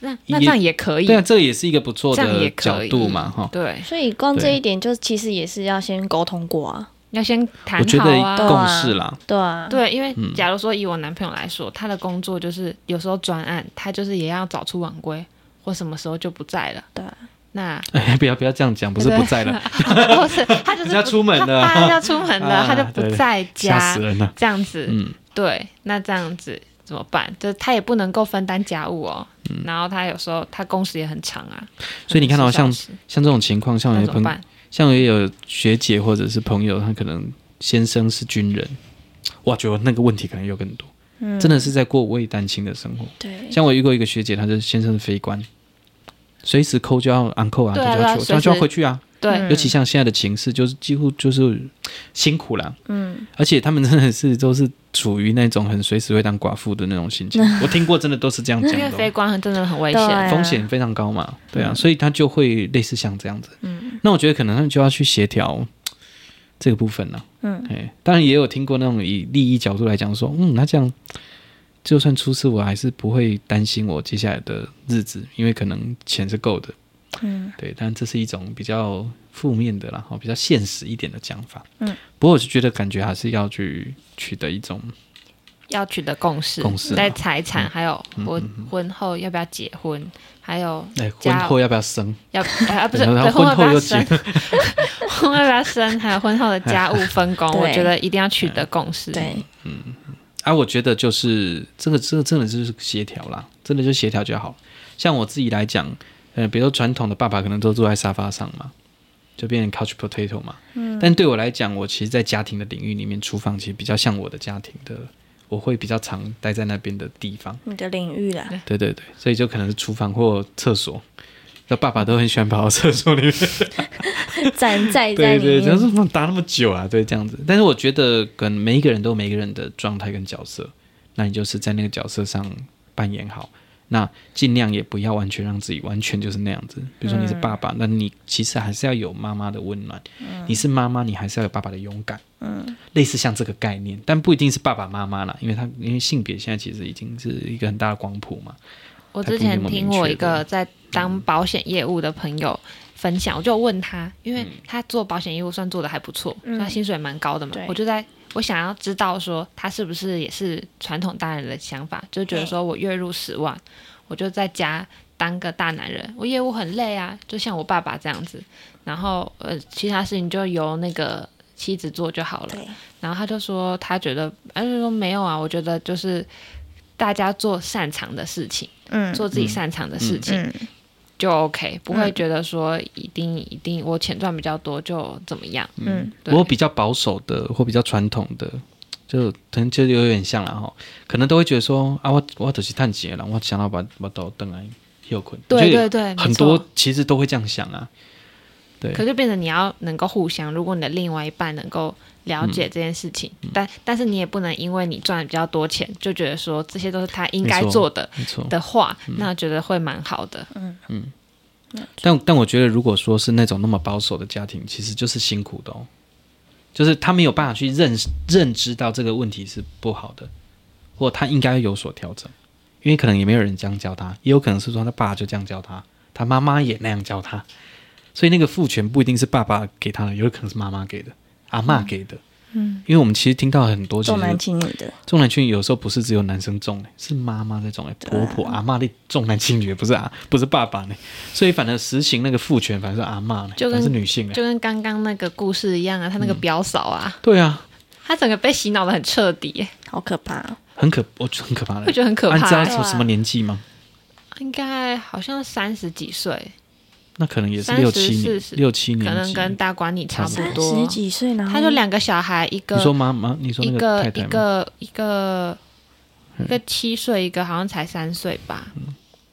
C: 那那这样也可以，
A: 对啊，这也是一个不错
C: 这样
A: 的
C: 也可
A: 角
C: 以
A: 度嘛，哈。
C: 对，
B: 所以光这
A: 对
B: 一点就其实也是要先沟通过啊，
C: 要先谈
A: 我觉
C: 好
A: 得嗯
C: 啊。
B: 对
A: 共识啦， (laughs)
B: 对啊，
C: 对，因为假如说以我男朋友来说，他的工作就是有时候专案，他就是也要早出晚归，或什么时候就不在了。
B: 对啊，
C: 那
A: 哎，不要不要这样讲，不是
C: 对
A: 不在了，
C: (laughs)
A: (laughs)
C: 不是他就
A: 人
C: 是
A: 家
C: 不
A: 出门了
C: 他他要出门了，
A: 啊
C: 他就不
A: 对
C: 在
A: 吓
C: 家
A: 死，人了。
C: 这样子，
A: 嗯，
C: 对，那这样子怎么办？就是他也不能够分担家务哦，然后他有时候他工时也很长啊，
A: 嗯所以你看到
C: 24小
A: 像
C: 时
A: 像这种情况，像有些
C: 那怎么
A: 朋
C: 办？
A: 像也有学姐或者是朋友，他可能先生是军人，哇，觉得那个问题可能又更多，
B: 嗯
A: 真的是在过未单亲的生活。
B: 对，
A: 像我遇过一个学姐，她的先生是飞官，随时扣就要 uncle 啊，
C: 对啊
A: 就要求，
C: 对啊随时
A: 他就要回去啊。
C: 对，
A: 尤其像现在的情势，就是几乎就是辛苦啦，嗯，而且他们真的是都是处于那种很随时会当寡妇的那种心情。我听过，真的都是这样讲
C: 因
A: 的
C: 为飞
A: 哦、
C: 光真的很危
B: 对
C: 险
B: 啊。
A: 风险非常高嘛，对啊，所以他就会类似像这样子。
B: 嗯，
A: 那我觉得可能他们就要去协调这个部分了、
B: 嗯，
A: 哎，当然也有听过那种以利益角度来讲说，嗯，那这样就算出事，我还是不会担心我接下来的日子，因为可能钱是够的。
B: 嗯，
A: 对，但这是一种比较负面的啦，哈，哦比较现实一点的讲法。
B: 嗯，
A: 不过我是觉得感觉还是要去取得一种
C: 要取得共识，
A: 共识啊嗯
C: 在财产还有婚婚后要不要结婚，还有
A: 哎，婚
C: 家
A: 后要不要生？ (laughs)
C: 要啊不是
A: 然后
C: 对
A: 婚
C: 后
A: 后
C: 要不
A: 又
C: 要
A: 结
C: 生， (laughs) 婚后要不要生，还有婚后的家务分工，
B: (laughs) 对
C: 我觉得一定要取得共识。
B: 对，
A: 啊，我觉得就是这个，这个真的就是协调啦，真的就协调就好。像我自己来讲，呃，比如说传统的爸爸可能都坐在沙发上嘛，就变成 couch potato 嘛。嗯。但对我来讲，我其实，在家庭的领域里面，厨房其实比较像我的家庭的，我会比较常待在那边的地方。
B: 你的领域啦，
A: 对对对，所以就可能是厨房或厕所。那爸爸都很喜欢跑到厕所里面，
B: 站在在
A: 对
B: 里
A: 对，
B: 面
A: 主要，是打那么久啊，对，这样子。但是我觉得，跟每一个人都有每一个人的状态跟角色，那你就是在那个角色上扮演好。那尽量也不要完全让自己完全就是那样子。比如说你是爸爸，
B: 嗯
A: 那你其实还是要有妈妈的温暖；你是妈妈，你还是要有爸爸的勇敢。嗯，类似像这个概念，但不一定是爸爸妈妈啦，因为他因为性别现在其实已经是一个很大的光谱嘛。
C: 我
A: 它
C: 之
A: 不那
C: 前
A: 么
C: 听
A: 明
C: 我
A: 确
C: 一
A: 的嗯
C: 个在当保险业务的朋友分享，我就问他，因
A: 嗯
C: 为他做保险业务算做的还不错，所以他薪水蛮高的嘛
B: 嗯对，
C: 我就在。我想要知道说他是不是也是传统大人的想法，就觉得说我月入十万，我就在家当个大男人，我业务很累啊，就像我爸爸这样子，然后呃其他事情就由那个妻子做就好了。
B: 对，
C: 然后他就说他觉得，他就说没有啊，我觉得就是大家做擅长的事情，
B: 嗯
C: 做自己擅长的事情、
B: 嗯，
C: 就 OK，不会觉得说一定一定我钱赚比较多就怎么样。
B: 嗯，
C: 对
A: 我比较保守的或比较传统的，就可能就有点像了哈，可能都会觉得说啊，我我就是探钱了，我想要把把刀等来又困，
C: 对
A: 我觉得
C: 对对，
A: 很
C: 没错
A: 多。其实都会这样想啊。对，
C: 可就变成你要能够互相，如果你的另外一半能够了
A: 嗯
C: 解这件事情，但但是你也不能因为你赚的比较多钱，就觉得说这些都是他应该
A: 没错嗯
C: 做的
A: 没错。
C: 的话，那觉得会蛮好的。
A: 但但我觉得，如果说是那种那么保守的家庭，其实就是辛苦的哦，就是他没有办法去认识认知到这个问题是不好的，或他应该有所调整，因为可能也没有人这样教他，也有可能是说他爸就这样教他，他妈妈也那样教他，所以那个父权不一定是爸爸给他的，有可能是妈妈给的，阿嬷给的。嗯，因为我们其实听到很多，其
B: 重
A: 实
B: 男轻女的，
A: 重男轻女有时候不是只有男生重、欸，是妈妈在重、欸，
C: 啊
A: 婆婆、阿嬷的重男轻女，不是啊，不是爸爸呢、所以反而实行那个父权，反而是阿嬷呢、
C: 就跟
A: 反而是女性呢、
C: 就跟刚刚那个故事一样啊，他
A: 嗯
C: 那个表嫂啊，
A: 对啊，
C: 他整个被洗脑的很彻底耶，
B: 好可怕哦，
A: 很可，我觉得很可怕的、
C: 会觉得很可
A: 啊你知道
C: 怕
A: 她什
C: 耶。
A: 么什么年纪吗？
C: 应该好像三十几岁，
A: 那可能也是
C: 30
A: 六七年，
C: 40
A: 六七
C: 可
A: 年
C: 能
A: 级。
C: 跟大管理差不
B: 三十
C: 多。
B: 几岁，然后
C: 他就两个小孩，一个
A: 你说妈妈，你说
C: 一
A: 那个太
C: 一
A: 太吗？嗯
C: 个一个一个七岁，一个好像才三岁吧。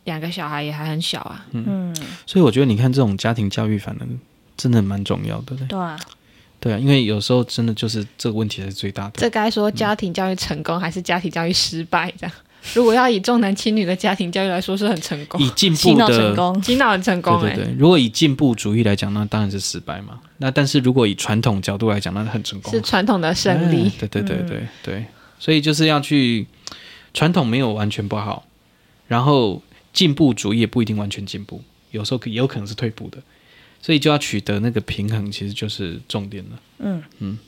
C: 两个小孩也还很小啊，
B: 嗯，
A: 所以我觉得你看这种家庭教育，反正真的蛮重要的、欸。
B: 对啊，
A: 对啊，因为有时候真的就是这个问题才是最大的。
C: 这该说家庭教育成功还是家庭教育失败？这样，如果要以重男轻女的家庭教育来说，是很成功，
A: 以嗯进
B: 洗
A: 步
B: 脑
A: 的
B: 成功，
C: 洗脑很成功哎、
A: 对对对，如果以进步主义来讲，那当然是失败嘛。那但是如果以传统角度来讲，那很成功，
C: 哎
A: 啊
C: 是嗯传统的胜利
A: 哎。对对对对对对，所以就是要去传统没有完全不好，然后进步主义也不一定完全进步，有时候可也有可能是退步的，所以就要取得那个平衡，其实就是重点了。
B: 嗯
A: 嗯，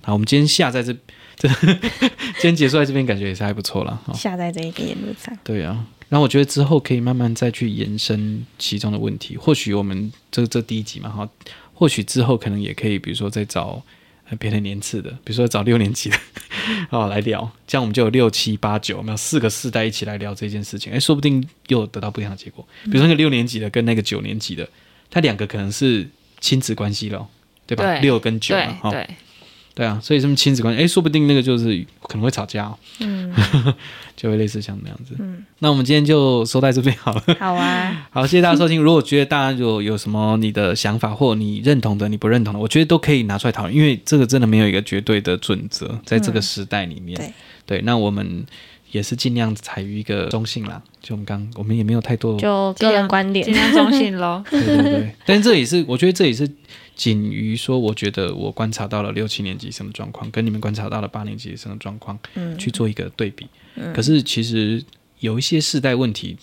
A: 好，我们今天下在这 (laughs) 这今天结束在这边，感觉也是还不错哦了。好，
B: 下在这一点路上，
A: 对啊，然后我觉得之后可以慢慢再去延伸其中的问题。或许我们这这第一集嘛，哈，或许之后可能也可以，比如说再找呃别的年次的，比如说找六年级的， (laughs) 好来聊，这样我们就有六七八九，我们有四个世代一起来聊这件事情，哎，说不定又得到不一样的结果。
C: 嗯
A: 比如说那个六年级的跟那个九年级的，他两个可能是亲子关系咯，对吧？
C: 对
A: 六跟九
C: 对
A: 嘛，哈，
C: 对，
A: 对啊，所以什么亲子关系，哎，说不定那个就是可能会吵架、哦，
B: 嗯，
A: (laughs) 就会类似像那样子。
B: 嗯，
A: 那我们今天就收在这边好了。 (laughs)
B: 好啊，
A: 好，谢谢大家收听。如果觉得大家有有什么你的想法，或你认同的、你不认同的，我觉得都可以拿出来讨论，因为这个真的没有一个绝对的准则，在这个时代里面，
B: 嗯对
A: 对，那我们也是尽量采于一个中性啦，就我们刚我们也没有太多
B: 就个人观点
C: 尽。量中性
B: (laughs)
C: 喽。
A: 对对对，但这也是我觉得这也是仅于说，我觉得我观察到了六七年级生的状况，跟你们观察到了八年级生的状况
B: 嗯
A: 去做一个对比。可是其实有一些世代问题，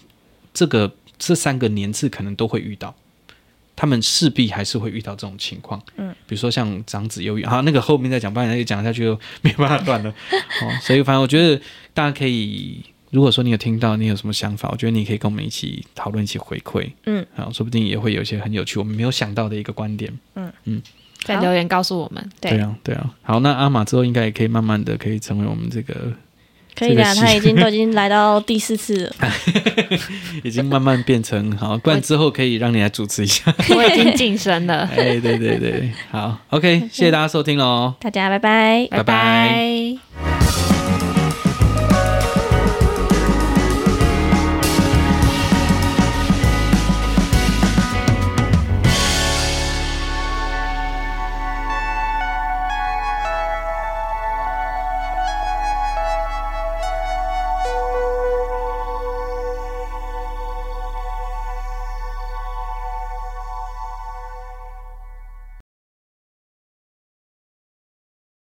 A: 这个这三个年次可能都会遇到。他们势必还是会遇到这种情况，嗯，比如说像长子忧郁啊，那个后面再讲，不然那个讲下去就没办法断了，
B: (laughs)
A: 哦，所以反正我觉得大家可以，如果说你有听到，你有什么想法，我觉得你可以跟我们一起讨论，一起回馈，
B: 嗯，
A: 啊，说不定也会有一些很有趣我们没有想到的一个观点。
C: 再留言告诉我们，
B: 对
A: 啊，对啊。好，那阿玛之后应该也可以慢慢的可以成为我们这个
B: 可以的啊，
A: 这个是
B: 他已经都已经来到第四次了，
A: (laughs) 已经慢慢变成好，不然之后可以让你来主持一
B: (laughs)
A: 下。
C: (laughs) 我已经晋升了，
A: 哎，对对对，好，OK，谢谢大家收听喽。
B: 大家拜拜。
A: 拜拜
C: 拜